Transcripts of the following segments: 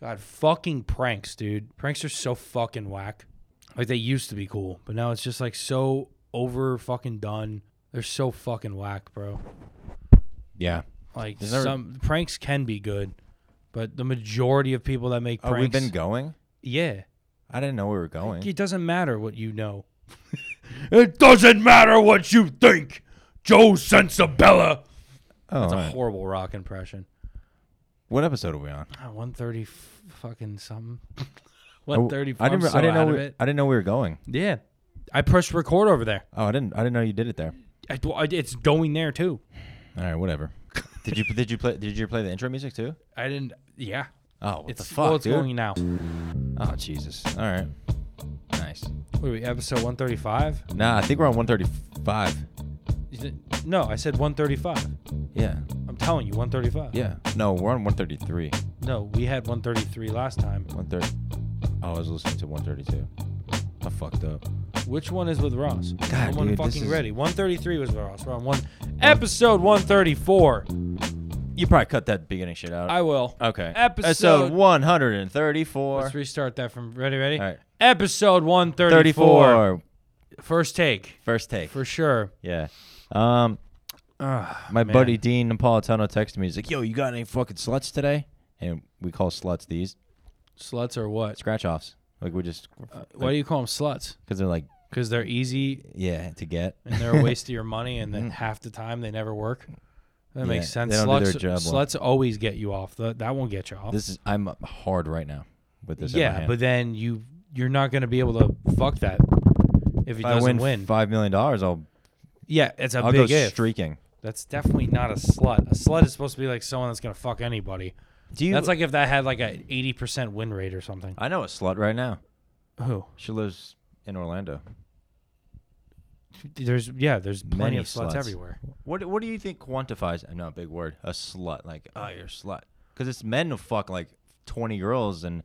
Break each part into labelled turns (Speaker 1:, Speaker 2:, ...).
Speaker 1: God, fucking pranks, dude. Pranks are so fucking whack. Like they used to be cool, but now it's just like so over fucking done. They're so fucking whack, bro.
Speaker 2: Yeah.
Speaker 1: Like
Speaker 2: Is there-
Speaker 1: some pranks can be good, but the majority of people that make
Speaker 2: Oh,
Speaker 1: pranks,
Speaker 2: we've been going.
Speaker 1: yeah,
Speaker 2: I didn't know we were going.
Speaker 1: it doesn't matter what you know. it doesn't matter what you think, Joe Sensabella.
Speaker 2: Oh,
Speaker 1: That's a
Speaker 2: alright.
Speaker 1: horrible rock impression.
Speaker 2: what episode are we on?
Speaker 1: Ah, One thirty, fucking something.
Speaker 2: Oh,
Speaker 1: One thirty.
Speaker 2: I didn't.
Speaker 1: so
Speaker 2: I didn't
Speaker 1: out
Speaker 2: know.
Speaker 1: of
Speaker 2: We,
Speaker 1: it.
Speaker 2: I didn't know we were going.
Speaker 1: Yeah, I pressed record over there.
Speaker 2: Oh, I didn't. I didn't know you did it there.
Speaker 1: I- I- It's going there too.
Speaker 2: All right, whatever. did you did you play did you play the intro music too?
Speaker 1: I didn't. Yeah,
Speaker 2: Oh, what
Speaker 1: it's
Speaker 2: the fuck,
Speaker 1: well, it's
Speaker 2: dude?
Speaker 1: going now.
Speaker 2: Oh, Jesus. All right. Nice.
Speaker 1: What are we? Episode one thirty five.
Speaker 2: Nah, I think we're on 135.
Speaker 1: No, I said one thirty five.
Speaker 2: Yeah.
Speaker 1: I'm telling you, one thirty five.
Speaker 2: Yeah. No, we're on 133.
Speaker 1: No, we had one thirty three last time.
Speaker 2: 130. Oh, I was listening to 132. I fucked up.
Speaker 1: Which one is with Ross?
Speaker 2: God,
Speaker 1: I'm on
Speaker 2: dude, this
Speaker 1: fucking
Speaker 2: is-
Speaker 1: ready. 133 was with Ross. We're on one episode 134.
Speaker 2: You probably cut that beginning shit out.
Speaker 1: I will.
Speaker 2: okay.
Speaker 1: Episode-
Speaker 2: 134.
Speaker 1: Let's restart that from ready, ready.
Speaker 2: All right.
Speaker 1: Episode 134.
Speaker 2: 34.
Speaker 1: First take
Speaker 2: First take.
Speaker 1: for sure.
Speaker 2: Yeah. Um,
Speaker 1: Oh,
Speaker 2: my buddy Dean Napolitano texted me. He's like, "Yo, you got any fucking sluts today?" And we call sluts these
Speaker 1: Sluts or what?
Speaker 2: scratch offs. Like we just
Speaker 1: Why do you call them sluts?
Speaker 2: because they're like
Speaker 1: Because they're easy
Speaker 2: yeah to get.
Speaker 1: and they're a waste of your money, and then half the time they never work. That makes
Speaker 2: Mm-hmm. Yeah,
Speaker 1: sense.
Speaker 2: they don't do
Speaker 1: sluts,
Speaker 2: their job well.
Speaker 1: sluts always get you off. That, that won't get you off.
Speaker 2: This is I'm hard right now with this. in my
Speaker 1: yeah,
Speaker 2: hand.
Speaker 1: but then you you're not going to be able to fuck that if he
Speaker 2: if I
Speaker 1: doesn't
Speaker 2: win,
Speaker 1: win.
Speaker 2: five million dollars, I'll
Speaker 1: Yeah, it's a
Speaker 2: I'll go
Speaker 1: big if.
Speaker 2: streaking.
Speaker 1: That's definitely not a slut. A slut is supposed to be like someone that's gonna fuck anybody.
Speaker 2: Do you?
Speaker 1: That's like if that had like a eighty percent win rate or something.
Speaker 2: I know a slut right now.
Speaker 1: Who?
Speaker 2: She lives in Orlando.
Speaker 1: There's yeah, there's plenty
Speaker 2: Many
Speaker 1: of sluts,
Speaker 2: sluts.
Speaker 1: everywhere.
Speaker 2: What What do you think quantifies? No, big word. A slut. Like oh, you're a slut. Because it's men who fuck like twenty girls and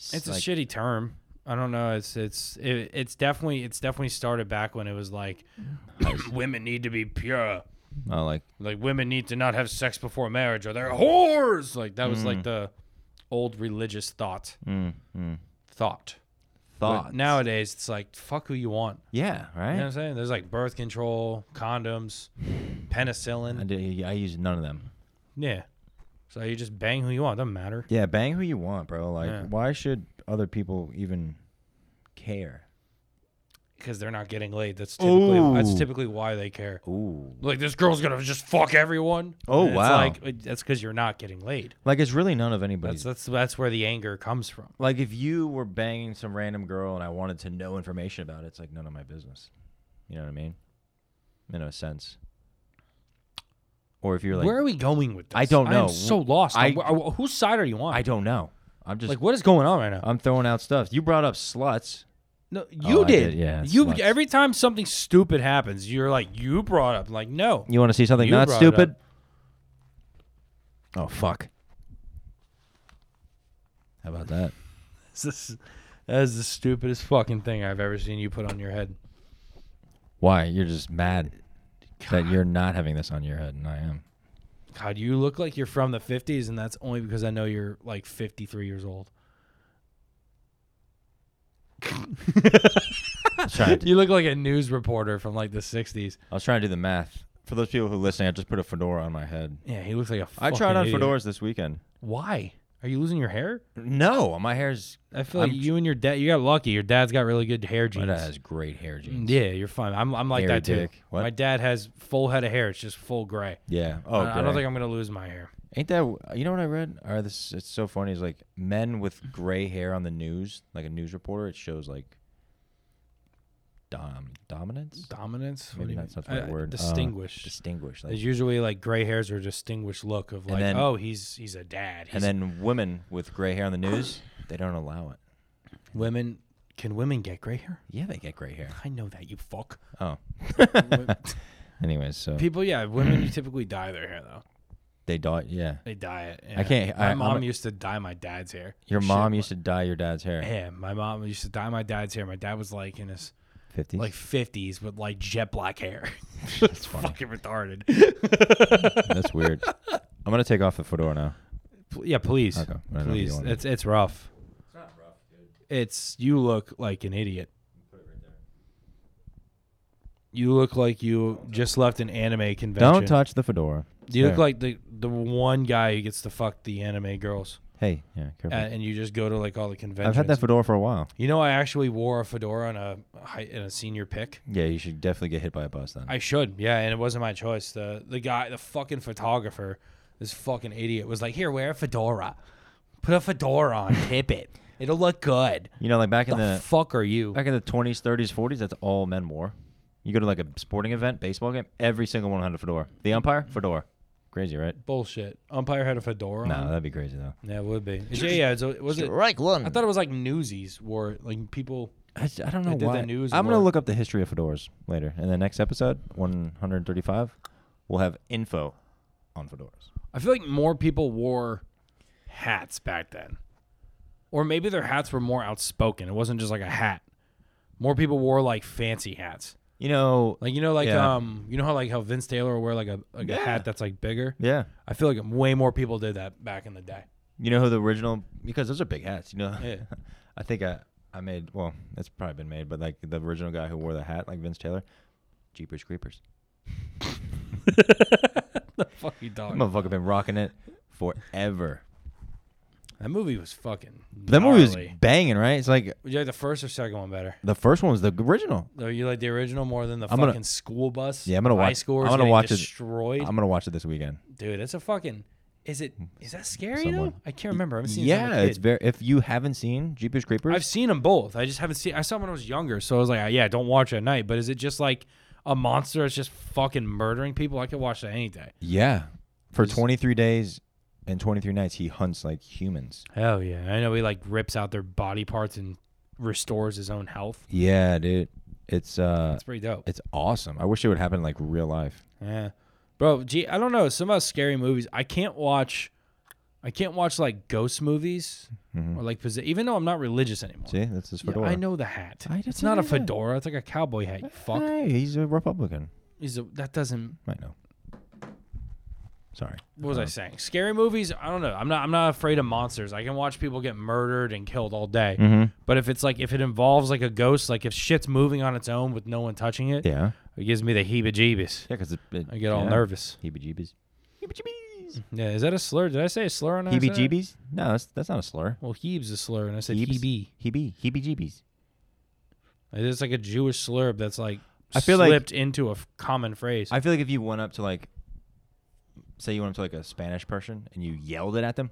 Speaker 2: s-
Speaker 1: It's
Speaker 2: like,
Speaker 1: a shitty term. I don't know. It's it's it, it's definitely it's definitely started back when it was like women need to be pure.
Speaker 2: Oh, like
Speaker 1: Like women need to not have sex before marriage or they're whores. Like that was like
Speaker 2: Mm.
Speaker 1: the old religious thought. Thought. But
Speaker 2: thoughts.
Speaker 1: nowadays it's like fuck who you want.
Speaker 2: Yeah, right.
Speaker 1: You know what I'm saying? There's like birth control, condoms,
Speaker 2: I
Speaker 1: penicillin.
Speaker 2: did, I use none of them.
Speaker 1: Yeah. So you just bang who you want. Doesn't matter.
Speaker 2: Yeah, bang who you want, bro. Like,
Speaker 1: Yeah.
Speaker 2: why should other people even care?
Speaker 1: Because they're not getting laid. That's typically that's
Speaker 2: Ooh.
Speaker 1: typically why they care.
Speaker 2: Ooh,
Speaker 1: Like this girl's gonna just fuck everyone.
Speaker 2: Oh,
Speaker 1: And it's
Speaker 2: wow.
Speaker 1: like that's because you're not getting laid.
Speaker 2: like it's really none of
Speaker 1: That's
Speaker 2: anybody's.
Speaker 1: that's that's where the anger comes from.
Speaker 2: like, if you were banging some random girl and I wanted to know information about it, it's like none of my business. You know what I mean? In a sense. Or if you're like,
Speaker 1: where are we going with this?
Speaker 2: I don't know.
Speaker 1: I'm so lost.
Speaker 2: I-
Speaker 1: I, whose side are you on?
Speaker 2: I don't know. I'm just,
Speaker 1: like what is going on right now?
Speaker 2: I'm throwing out stuff. You brought up sluts.
Speaker 1: No, you
Speaker 2: oh, I
Speaker 1: did.
Speaker 2: did, yeah, it's
Speaker 1: You
Speaker 2: nuts.
Speaker 1: every time something stupid happens, you're like you brought up. Like no.
Speaker 2: You want to see something
Speaker 1: You
Speaker 2: not
Speaker 1: brought it up.
Speaker 2: stupid? Oh fuck! How about that?
Speaker 1: This is, that is the stupidest fucking thing I've ever seen you put on your head.
Speaker 2: Why? You're just mad that you're not having this on your head, and I am.
Speaker 1: God, you look like you're from the 50s, and that's only because I know you're like 53 years old.
Speaker 2: I was trying to,
Speaker 1: You look like a news reporter from like the 60s.
Speaker 2: I was trying to do the math. For those people who listen, I just put a fedora on my head.
Speaker 1: Yeah, he looks like a
Speaker 2: I
Speaker 1: fucking
Speaker 2: tried on
Speaker 1: idiot.
Speaker 2: fedoras this weekend.
Speaker 1: Why? Are you losing your hair?
Speaker 2: No, my hair's
Speaker 1: I feel like
Speaker 2: I'm-
Speaker 1: you and your dad, you got lucky. Your dad's got really good hair
Speaker 2: my
Speaker 1: genes.
Speaker 2: dad has great hair genes.
Speaker 1: Yeah, you're fine. I'm, I'm like
Speaker 2: Hairy
Speaker 1: that too.
Speaker 2: dick. What?
Speaker 1: My dad has full head of hair. It's just full gray.
Speaker 2: Yeah. Oh,
Speaker 1: I, I don't
Speaker 2: gray.
Speaker 1: think I'm going to lose my hair.
Speaker 2: Ain't that you know what I read? Or this it's so funny. Is like men with gray hair on the news, like a news reporter. It shows like dom dominance.
Speaker 1: Dominance? What do
Speaker 2: Maybe
Speaker 1: you
Speaker 2: that's
Speaker 1: mean?
Speaker 2: not the right
Speaker 1: Uh,
Speaker 2: word. Uh,
Speaker 1: Distinguished.
Speaker 2: distinguished. Like,
Speaker 1: There's usually like gray hairs or distinguished look of like,
Speaker 2: then-
Speaker 1: oh, he's he's a dad. He's,
Speaker 2: and then women with gray hair on the news, they don't allow it.
Speaker 1: women can women get gray hair?
Speaker 2: Yeah, they get gray hair.
Speaker 1: I know that you fuck.
Speaker 2: Oh. Anyways, so
Speaker 1: People, yeah, women typically dye their hair though.
Speaker 2: they dye. Yeah,
Speaker 1: They dye it. yeah.
Speaker 2: I can't-
Speaker 1: My
Speaker 2: I- I'm
Speaker 1: mom
Speaker 2: a-
Speaker 1: used to dye my dad's hair.
Speaker 2: your mom used to dye your dad's hair.
Speaker 1: Yeah, my mom used to dye my dad's hair. My dad was like in his
Speaker 2: Fifties.
Speaker 1: like
Speaker 2: Like
Speaker 1: fifties with like jet black hair.
Speaker 2: that's funny.
Speaker 1: Fucking retarded.
Speaker 2: that's weird. I'm gonna take off the fedora now.
Speaker 1: P- Yeah, please,
Speaker 2: Okay, I don't know if you
Speaker 1: please.
Speaker 2: wanna-
Speaker 1: It's it's rough. It's you look like an idiot. You look like you just left an anime convention.
Speaker 2: Don't touch the fedora.
Speaker 1: You look
Speaker 2: There.
Speaker 1: like the the one guy who gets to fuck the anime girls,
Speaker 2: Hey, yeah,
Speaker 1: uh,
Speaker 2: careful.
Speaker 1: and you just go to like all the conventions.
Speaker 2: I've had that fedora for a while.
Speaker 1: you know, I actually wore a fedora on a hi- in a senior pick.
Speaker 2: Yeah, you should definitely get hit by a bus then.
Speaker 1: I should, yeah, and it wasn't my choice. The the guy, the fucking photographer, this fucking idiot was like, "Here, wear a fedora. Put a fedora on, tip it. It'll look good."
Speaker 2: you know, like back
Speaker 1: The
Speaker 2: in the
Speaker 1: fuck are you?
Speaker 2: back in the twenties, thirties, forties, that's all men wore. You go to like a sporting event, baseball game, every single one had a fedora. The umpire, fedora. Crazy, right?
Speaker 1: Bullshit. Umpire had a fedora.
Speaker 2: No,
Speaker 1: on?
Speaker 2: that'd be crazy though.
Speaker 1: yeah, it would be. It's- yeah, yeah. It's, a- was it?
Speaker 2: Strike one.
Speaker 1: I thought it was like Newsies wore like people.
Speaker 2: I, I don't
Speaker 1: They
Speaker 2: know
Speaker 1: did the
Speaker 2: why.
Speaker 1: news
Speaker 2: I'm gonna
Speaker 1: more.
Speaker 2: look up the history of fedoras later, and the next episode, 135, we'll have info on fedoras.
Speaker 1: I feel like more people wore hats back then. Or maybe their hats were more outspoken. It wasn't just like a hat. More people wore like fancy hats.
Speaker 2: You know,
Speaker 1: Like you know like
Speaker 2: Yeah.
Speaker 1: um you know how like how Vince Taylor will wear like a like a
Speaker 2: Yeah.
Speaker 1: hat that's like bigger?
Speaker 2: yeah.
Speaker 1: I feel like way more people did that back in the day.
Speaker 2: You know who the original because those are big hats. You know,
Speaker 1: Yeah.
Speaker 2: I think I I made well, it's probably been made, but like the original guy who wore the hat, like Vince Taylor, Jeepers Creepers.
Speaker 1: the fucking
Speaker 2: That
Speaker 1: dog.
Speaker 2: motherfucker been rocking it forever.
Speaker 1: that movie was fucking
Speaker 2: That movie was
Speaker 1: gnarly.
Speaker 2: banging, right? It's like
Speaker 1: Would you like the first or second one better?
Speaker 2: the first one was the original.
Speaker 1: Though you like the original more than the
Speaker 2: I'm
Speaker 1: fucking
Speaker 2: gonna-
Speaker 1: school bus.
Speaker 2: Yeah, I'm gonna
Speaker 1: High
Speaker 2: watch-
Speaker 1: school.
Speaker 2: I'm gonna watch it.
Speaker 1: destroyed.
Speaker 2: I'm gonna watch it this weekend.
Speaker 1: Dude, it's a fucking. Is it? Is that scary though?
Speaker 2: Someone-
Speaker 1: I can't remember. I haven't seen. it since I was a
Speaker 2: Yeah, it's
Speaker 1: kid.
Speaker 2: very. If you haven't seen Jeepers Creepers,
Speaker 1: I've seen them both. I just haven't seen. I saw 'em when I was younger, so I was like, "Ah, yeah, don't watch at night. But is it just like a monster that's just fucking murdering people? I could watch that any day.
Speaker 2: Yeah. For
Speaker 1: Just-
Speaker 2: 23 days and 23 nights, he hunts like humans.
Speaker 1: Hell yeah! I know he like rips out their body parts and restores his own health.
Speaker 2: Yeah, dude. It's uh,
Speaker 1: That's pretty dope.
Speaker 2: it's awesome. I wish it would happen in, like real life.
Speaker 1: Yeah, bro. Gee, I don't know. Some of scary movies. I can't watch. I can't watch like ghost movies
Speaker 2: Mhm.
Speaker 1: or like possess. Even though I'm not religious anymore.
Speaker 2: See, that's his
Speaker 1: Yeah,
Speaker 2: fedora.
Speaker 1: I know the hat.
Speaker 2: I-
Speaker 1: it's
Speaker 2: that's
Speaker 1: not a
Speaker 2: what I know.
Speaker 1: fedora. It's like a cowboy hat. You fuck.
Speaker 2: Hey, he's a Republican.
Speaker 1: Is it, that doesn't?
Speaker 2: I know. Sorry.
Speaker 1: What was I
Speaker 2: Uh,
Speaker 1: saying? Scary movies? I don't know. I'm not. I'm not afraid of monsters. I can watch people get murdered and killed all day.
Speaker 2: Mhm.
Speaker 1: But if it's like if it involves like a ghost, like if shit's moving on its own with no one touching it,
Speaker 2: Yeah. Yeah,
Speaker 1: it gives me the heebie-jeebies.
Speaker 2: because it, it-
Speaker 1: I get all
Speaker 2: yeah.
Speaker 1: nervous.
Speaker 2: Heebie jeebies. Heebie jeebies.
Speaker 1: Yeah, is that a slur? Did I say a slur on
Speaker 2: Heebie jeebies? No, that's, that's not a slur.
Speaker 1: Well, heeb's a slur, and I said
Speaker 2: Heebs?
Speaker 1: heebie.
Speaker 2: Heebie. Heebie jeebies.
Speaker 1: It's like a Jewish slurb that's like
Speaker 2: I feel like-
Speaker 1: slipped into a f- common phrase.
Speaker 2: I feel like if you went up to like, say you went up to like a Spanish person and you yelled it at them,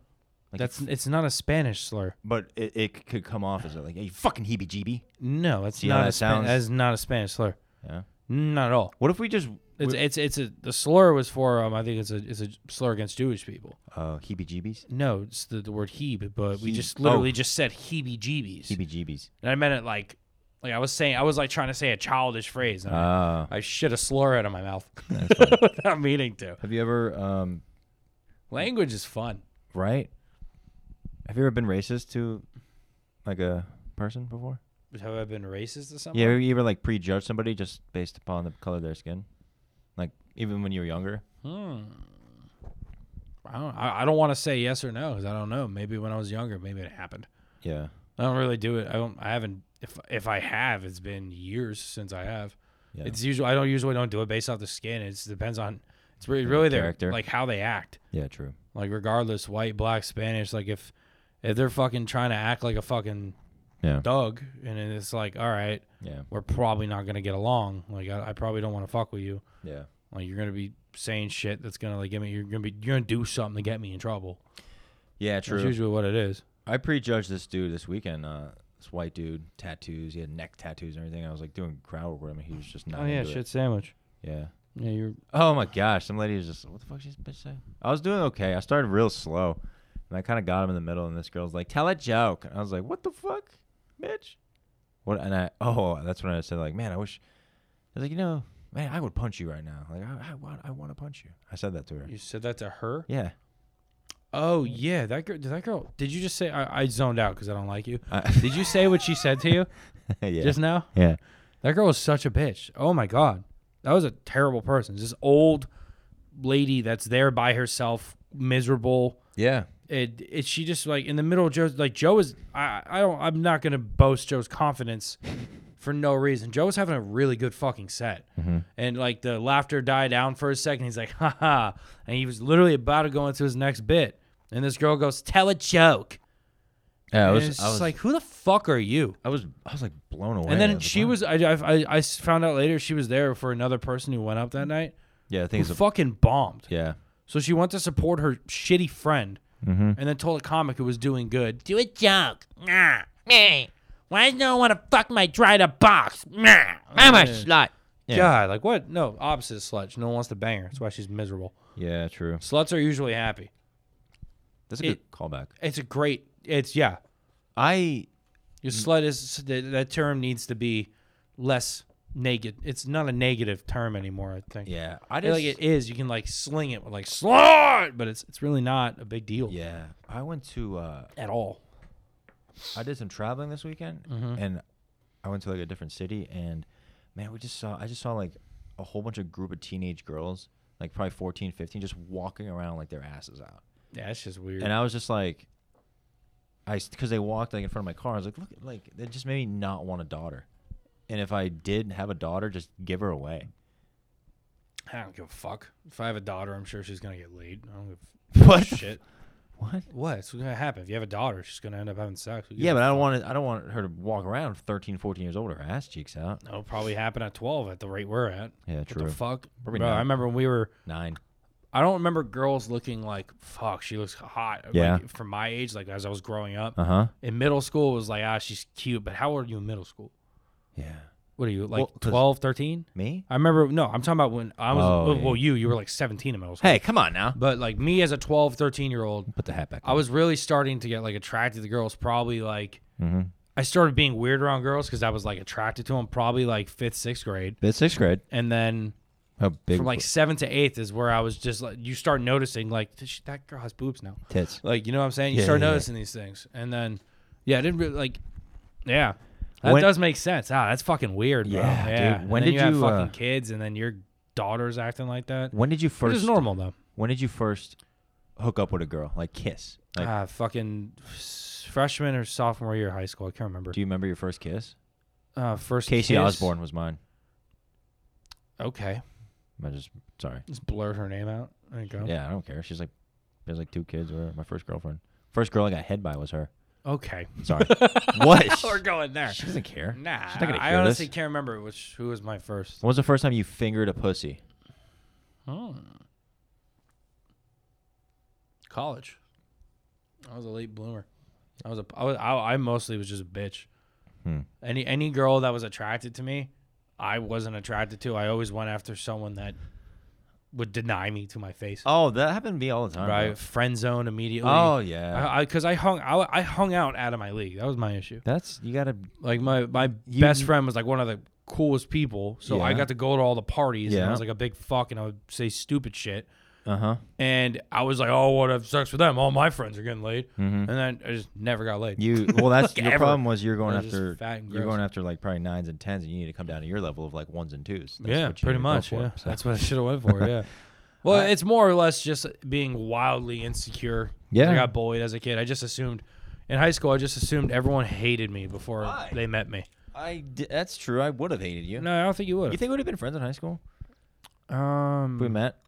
Speaker 2: like
Speaker 1: that's it's not a Spanish slur.
Speaker 2: But it, it c- could come off as like, hey, you fucking heebie jeebie.
Speaker 1: No, that's
Speaker 2: See how
Speaker 1: not
Speaker 2: that
Speaker 1: a Span-
Speaker 2: sounds?
Speaker 1: that is not a Spanish slur.
Speaker 2: Yeah.
Speaker 1: Not at all.
Speaker 2: What if we just.
Speaker 1: It's it's it's a the slur was for um I think it's a it's a slur against Jewish people.
Speaker 2: uh, heebie jeebies?
Speaker 1: No, it's the, the word heeb, but we
Speaker 2: Heeb.
Speaker 1: just literally
Speaker 2: Oh.
Speaker 1: just said heebie jeebies.
Speaker 2: Heebie jeebies.
Speaker 1: And I meant it like like I was saying I was like trying to say a childish phrase. And I-
Speaker 2: Uh,
Speaker 1: I shit a slur out of my mouth without meaning to.
Speaker 2: have you ever, um,
Speaker 1: Language is fun.
Speaker 2: right? Have you ever been racist to like a person before?
Speaker 1: Have I been racist to someone?
Speaker 2: Yeah, have you ever like prejudged somebody just based upon the color of their skin? Like even when you were younger?
Speaker 1: Hmm. I don't, I, I don't want to say yes or no because I don't know. Maybe when I was younger, maybe it happened.
Speaker 2: Yeah.
Speaker 1: I don't really do it. I don't. I haven't. If if I have, it's been years since I have.
Speaker 2: Yeah.
Speaker 1: It's usually I don't usually don't do it based off the skin. It depends on. It's really really their
Speaker 2: character.
Speaker 1: like how they act.
Speaker 2: yeah, true.
Speaker 1: Like regardless, white, black, Spanish. Like if if they're fucking trying to act like a fucking
Speaker 2: Yeah.
Speaker 1: dog, and then it's like, all right,
Speaker 2: Yeah.
Speaker 1: we're probably not gonna get along. Like I, I probably don't want to fuck with you.
Speaker 2: Yeah.
Speaker 1: Like you're gonna be saying shit that's gonna like get me. You're gonna be you're gonna do something to get me in trouble.
Speaker 2: Yeah,
Speaker 1: That's
Speaker 2: true.
Speaker 1: usually what it is.
Speaker 2: I prejudged this dude this weekend. Uh, this white dude, tattoos. He had neck tattoos and everything. I was like doing crowd work with him. and He was just not.
Speaker 1: oh yeah,
Speaker 2: into it.
Speaker 1: shit sandwich.
Speaker 2: Yeah.
Speaker 1: Yeah, you're
Speaker 2: Oh my gosh, some lady was just what the fuck did this bitch say? I was doing okay. I started real slow, and I kind of got him in the middle. And this girl's like, "Tell a joke," and I was like, "What the fuck, bitch?" What? And I oh, that's when I said like, "Man, I wish." I was like, you know, man, I would punch you right now. Like, I, I want, I want to punch you. I said that to her.
Speaker 1: you said that to her.
Speaker 2: Yeah.
Speaker 1: Oh yeah, that girl. Did that girl? Did you just say I, I zoned out because I don't like you?
Speaker 2: I,
Speaker 1: Did you say what she said to you
Speaker 2: yeah.
Speaker 1: just now?
Speaker 2: yeah.
Speaker 1: That girl was such a bitch. Oh my god, that was a terrible person. This old lady that's there by herself, miserable.
Speaker 2: Yeah.
Speaker 1: it, it she just like in the middle of Joe's like Joe is I I don't I'm not gonna boast Joe's confidence for no reason. Joe was having a really good fucking set,
Speaker 2: Mm-hmm.
Speaker 1: and like the laughter died down for a second. He's like ha ha, and he was literally about to go into his next bit, and this girl goes tell a joke.
Speaker 2: Yeah, I
Speaker 1: And
Speaker 2: was,
Speaker 1: it's
Speaker 2: I
Speaker 1: just
Speaker 2: was
Speaker 1: like who the fuck are you?
Speaker 2: I was, I was like blown away.
Speaker 1: And then
Speaker 2: I like,
Speaker 1: she
Speaker 2: "Wow."
Speaker 1: was I, I I- I found out later she was there for another person who went up that night.
Speaker 2: yeah, I
Speaker 1: Who
Speaker 2: think it's a,
Speaker 1: fucking bombed.
Speaker 2: yeah,
Speaker 1: So she went to support her shitty friend
Speaker 2: Mm-hmm.
Speaker 1: and then told a comic who was doing good, Do a joke. Nah. Meh. Why does no one want to fuck my dried up box? Nah.
Speaker 3: I'm a slut.
Speaker 2: Yeah.
Speaker 1: God, like what? No, opposite of sludge. No one wants to bang her. That's why she's miserable.
Speaker 2: yeah, true.
Speaker 1: Sluts are usually happy.
Speaker 2: That's a
Speaker 1: It-
Speaker 2: good callback.
Speaker 1: It's a great, it's, yeah.
Speaker 2: I
Speaker 1: Your
Speaker 2: Mm.
Speaker 1: slut is, that, that term needs to be less naked. It's not a negative term anymore, I think.
Speaker 2: yeah, I
Speaker 1: I feel
Speaker 2: just
Speaker 1: like it is. You can like sling it with like slut, but it's, it's really not a big deal
Speaker 2: yeah. I went to uh,
Speaker 1: at all.
Speaker 2: I did some traveling this weekend, and I went to like a different city, and man, we just saw I just saw like a whole bunch of group of teenage girls, like probably 14, 15, just walking around like their asses out,
Speaker 1: Yeah, it's just weird.
Speaker 2: and I was just like, I because they walked like in front of my car, I was like, look, like that just made me not want a daughter, and if I did have a daughter, just give her away.
Speaker 1: I don't give a fuck. If I have a daughter, I'm sure she's gonna get laid. I don't give
Speaker 2: What?
Speaker 1: a shit.
Speaker 2: What?
Speaker 1: What? It's gonna happen. If you have a daughter, she's gonna end up having sex. Who gives
Speaker 2: Yeah,
Speaker 1: a
Speaker 2: but I
Speaker 1: fuck?
Speaker 2: don't want it, I don't want her to walk around 13, 14 years old with her ass cheeks out.
Speaker 1: That'll probably happen at 12 at the rate we're at.
Speaker 2: Yeah,
Speaker 1: What
Speaker 2: true.
Speaker 1: the fuck?
Speaker 2: Probably
Speaker 1: Bro, I
Speaker 2: not.
Speaker 1: remember when we were.
Speaker 2: Nine.
Speaker 1: I don't remember girls looking like fuck. She looks hot. Like,
Speaker 2: Yeah.
Speaker 1: from my age, like as I was growing up
Speaker 2: Uh huh.
Speaker 1: in middle school, it was like ah, she's cute. But how old are you in middle school?
Speaker 2: Yeah.
Speaker 1: What are you like
Speaker 2: Well, 'cause-
Speaker 1: 12, 13?
Speaker 2: Me?
Speaker 1: I remember. No, I'm talking about when I was.
Speaker 2: Oh,
Speaker 1: well,
Speaker 2: yeah.
Speaker 1: well, you you were like 17 in middle school.
Speaker 2: Hey, come on now.
Speaker 1: But like me as a 12, 13 year old,
Speaker 2: Put the hat back.
Speaker 1: I was really starting to get like attracted to girls. Probably like
Speaker 2: Mhm.
Speaker 1: I started being weird around girls because I was like attracted to them. Probably like fifth, sixth grade,
Speaker 2: It's sixth grade.
Speaker 1: and then
Speaker 2: How big?
Speaker 1: from like seventh to eighth is where I was just like you start noticing like "Sh- that girl has boobs now.
Speaker 2: tits.
Speaker 1: Like you know what I'm saying? You
Speaker 2: Yeah,
Speaker 1: start
Speaker 2: yeah, yeah.
Speaker 1: noticing these things, and then yeah, I didn't really like yeah. That
Speaker 2: When-
Speaker 1: does make sense. Ah, that's fucking weird, bro.
Speaker 2: Yeah,
Speaker 1: Yeah.
Speaker 2: dude.
Speaker 1: And
Speaker 2: When
Speaker 1: then
Speaker 2: did
Speaker 1: you have
Speaker 2: you,
Speaker 1: fucking
Speaker 2: uh,
Speaker 1: kids, and then your daughter's acting like that?
Speaker 2: When did you
Speaker 1: Which
Speaker 2: first?
Speaker 1: is normal though.
Speaker 2: When did you first hook up with a girl? Like kiss? Like,
Speaker 1: ah, fucking s- freshman or sophomore year of high school. I can't remember.
Speaker 2: do you remember your first kiss?
Speaker 1: Uh, first
Speaker 2: Casey
Speaker 1: kiss.
Speaker 2: Osborne was mine.
Speaker 1: Okay,
Speaker 2: I just sorry.
Speaker 1: just blur her name out. There you go.
Speaker 2: Yeah, I don't care. She's like, there's like two kids. Or my first girlfriend. First girl I got head by was her.
Speaker 1: Okay,
Speaker 2: Sorry. what?
Speaker 1: we're going there.
Speaker 2: She doesn't care.
Speaker 1: Nah,
Speaker 2: She's not gonna
Speaker 1: I
Speaker 2: hear
Speaker 1: honestly
Speaker 2: this.
Speaker 1: can't remember which who was my first.
Speaker 2: When was the first time you fingered a pussy?
Speaker 1: Hmm. College. I was a late bloomer. I was a I was I, I mostly was just a bitch.
Speaker 2: Hmm.
Speaker 1: Any any girl that was attracted to me, I wasn't attracted to. I always went after someone that would deny me to my face.
Speaker 2: Oh, that happened to me all the time.
Speaker 1: Right, friend zone immediately.
Speaker 2: Oh yeah.
Speaker 1: I because I, hung I, I hung out out of my league. That was my issue.
Speaker 2: That's you gotta.
Speaker 1: Like my my best friend was like one of the coolest people, so I
Speaker 2: Yeah.
Speaker 1: got to go to all the parties. and I
Speaker 2: Yeah.
Speaker 1: was like a big fuck, and I would say stupid shit.
Speaker 2: Uh huh.
Speaker 1: And I was like, oh, what have sex with them? All my friends are getting laid, and then I just never got laid.
Speaker 2: Mm-hmm. You well, that's
Speaker 1: Like
Speaker 2: your
Speaker 1: ever.
Speaker 2: problem was you're going
Speaker 1: They're just
Speaker 2: after
Speaker 1: fat and
Speaker 2: you're
Speaker 1: gross.
Speaker 2: going after like probably nines and tens, and you need to come down to your level of like ones and twos. That's
Speaker 1: yeah,
Speaker 2: what you
Speaker 1: pretty
Speaker 2: need to go
Speaker 1: much.
Speaker 2: for,
Speaker 1: Yeah,
Speaker 2: so. Uh,
Speaker 1: that's what I should have went for. Yeah. Well, it's more or less just being wildly insecure. 'Cause I
Speaker 2: Yeah.
Speaker 1: got bullied as a kid. I just assumed in high school, I just assumed everyone hated me before
Speaker 2: Why?
Speaker 1: they met me.
Speaker 2: I d- that's true. I would have hated you.
Speaker 1: No, I don't think you would.
Speaker 2: You think we'd have been friends in high school?
Speaker 1: um,
Speaker 2: If we met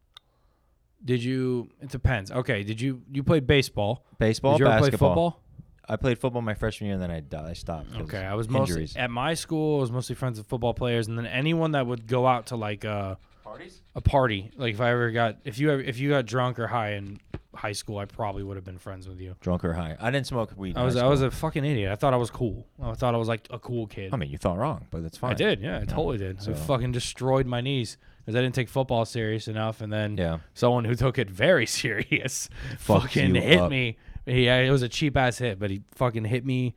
Speaker 1: Did you? It depends. Okay. Did you? You played baseball.
Speaker 2: baseball,
Speaker 1: did you ever play
Speaker 2: basketball.
Speaker 1: football?
Speaker 2: I played football my freshman year, and then I di- I stopped. 'cause
Speaker 1: Okay. I was mostly
Speaker 2: injuries.
Speaker 1: at my school. I was mostly friends with football players, and then anyone that would go out to like a
Speaker 2: Parties?
Speaker 1: a party. Like if I ever got if you ever, if you got drunk or high in high school, I probably would have been friends with you.
Speaker 2: drunk or high. I didn't smoke weed. in
Speaker 1: I was
Speaker 2: high
Speaker 1: I was
Speaker 2: school.
Speaker 1: a fucking idiot. I thought I was cool. I thought I was like a cool kid.
Speaker 2: I mean, you thought wrong, but that's fine.
Speaker 1: I did. Yeah, I totally did. I fucking destroyed my knees because I didn't take football serious enough, and then
Speaker 2: Yeah.
Speaker 1: someone who took it very serious
Speaker 2: Fucked
Speaker 1: fucking
Speaker 2: you
Speaker 1: hit
Speaker 2: up.
Speaker 1: me. Yeah, it was a cheap ass hit, but he fucking hit me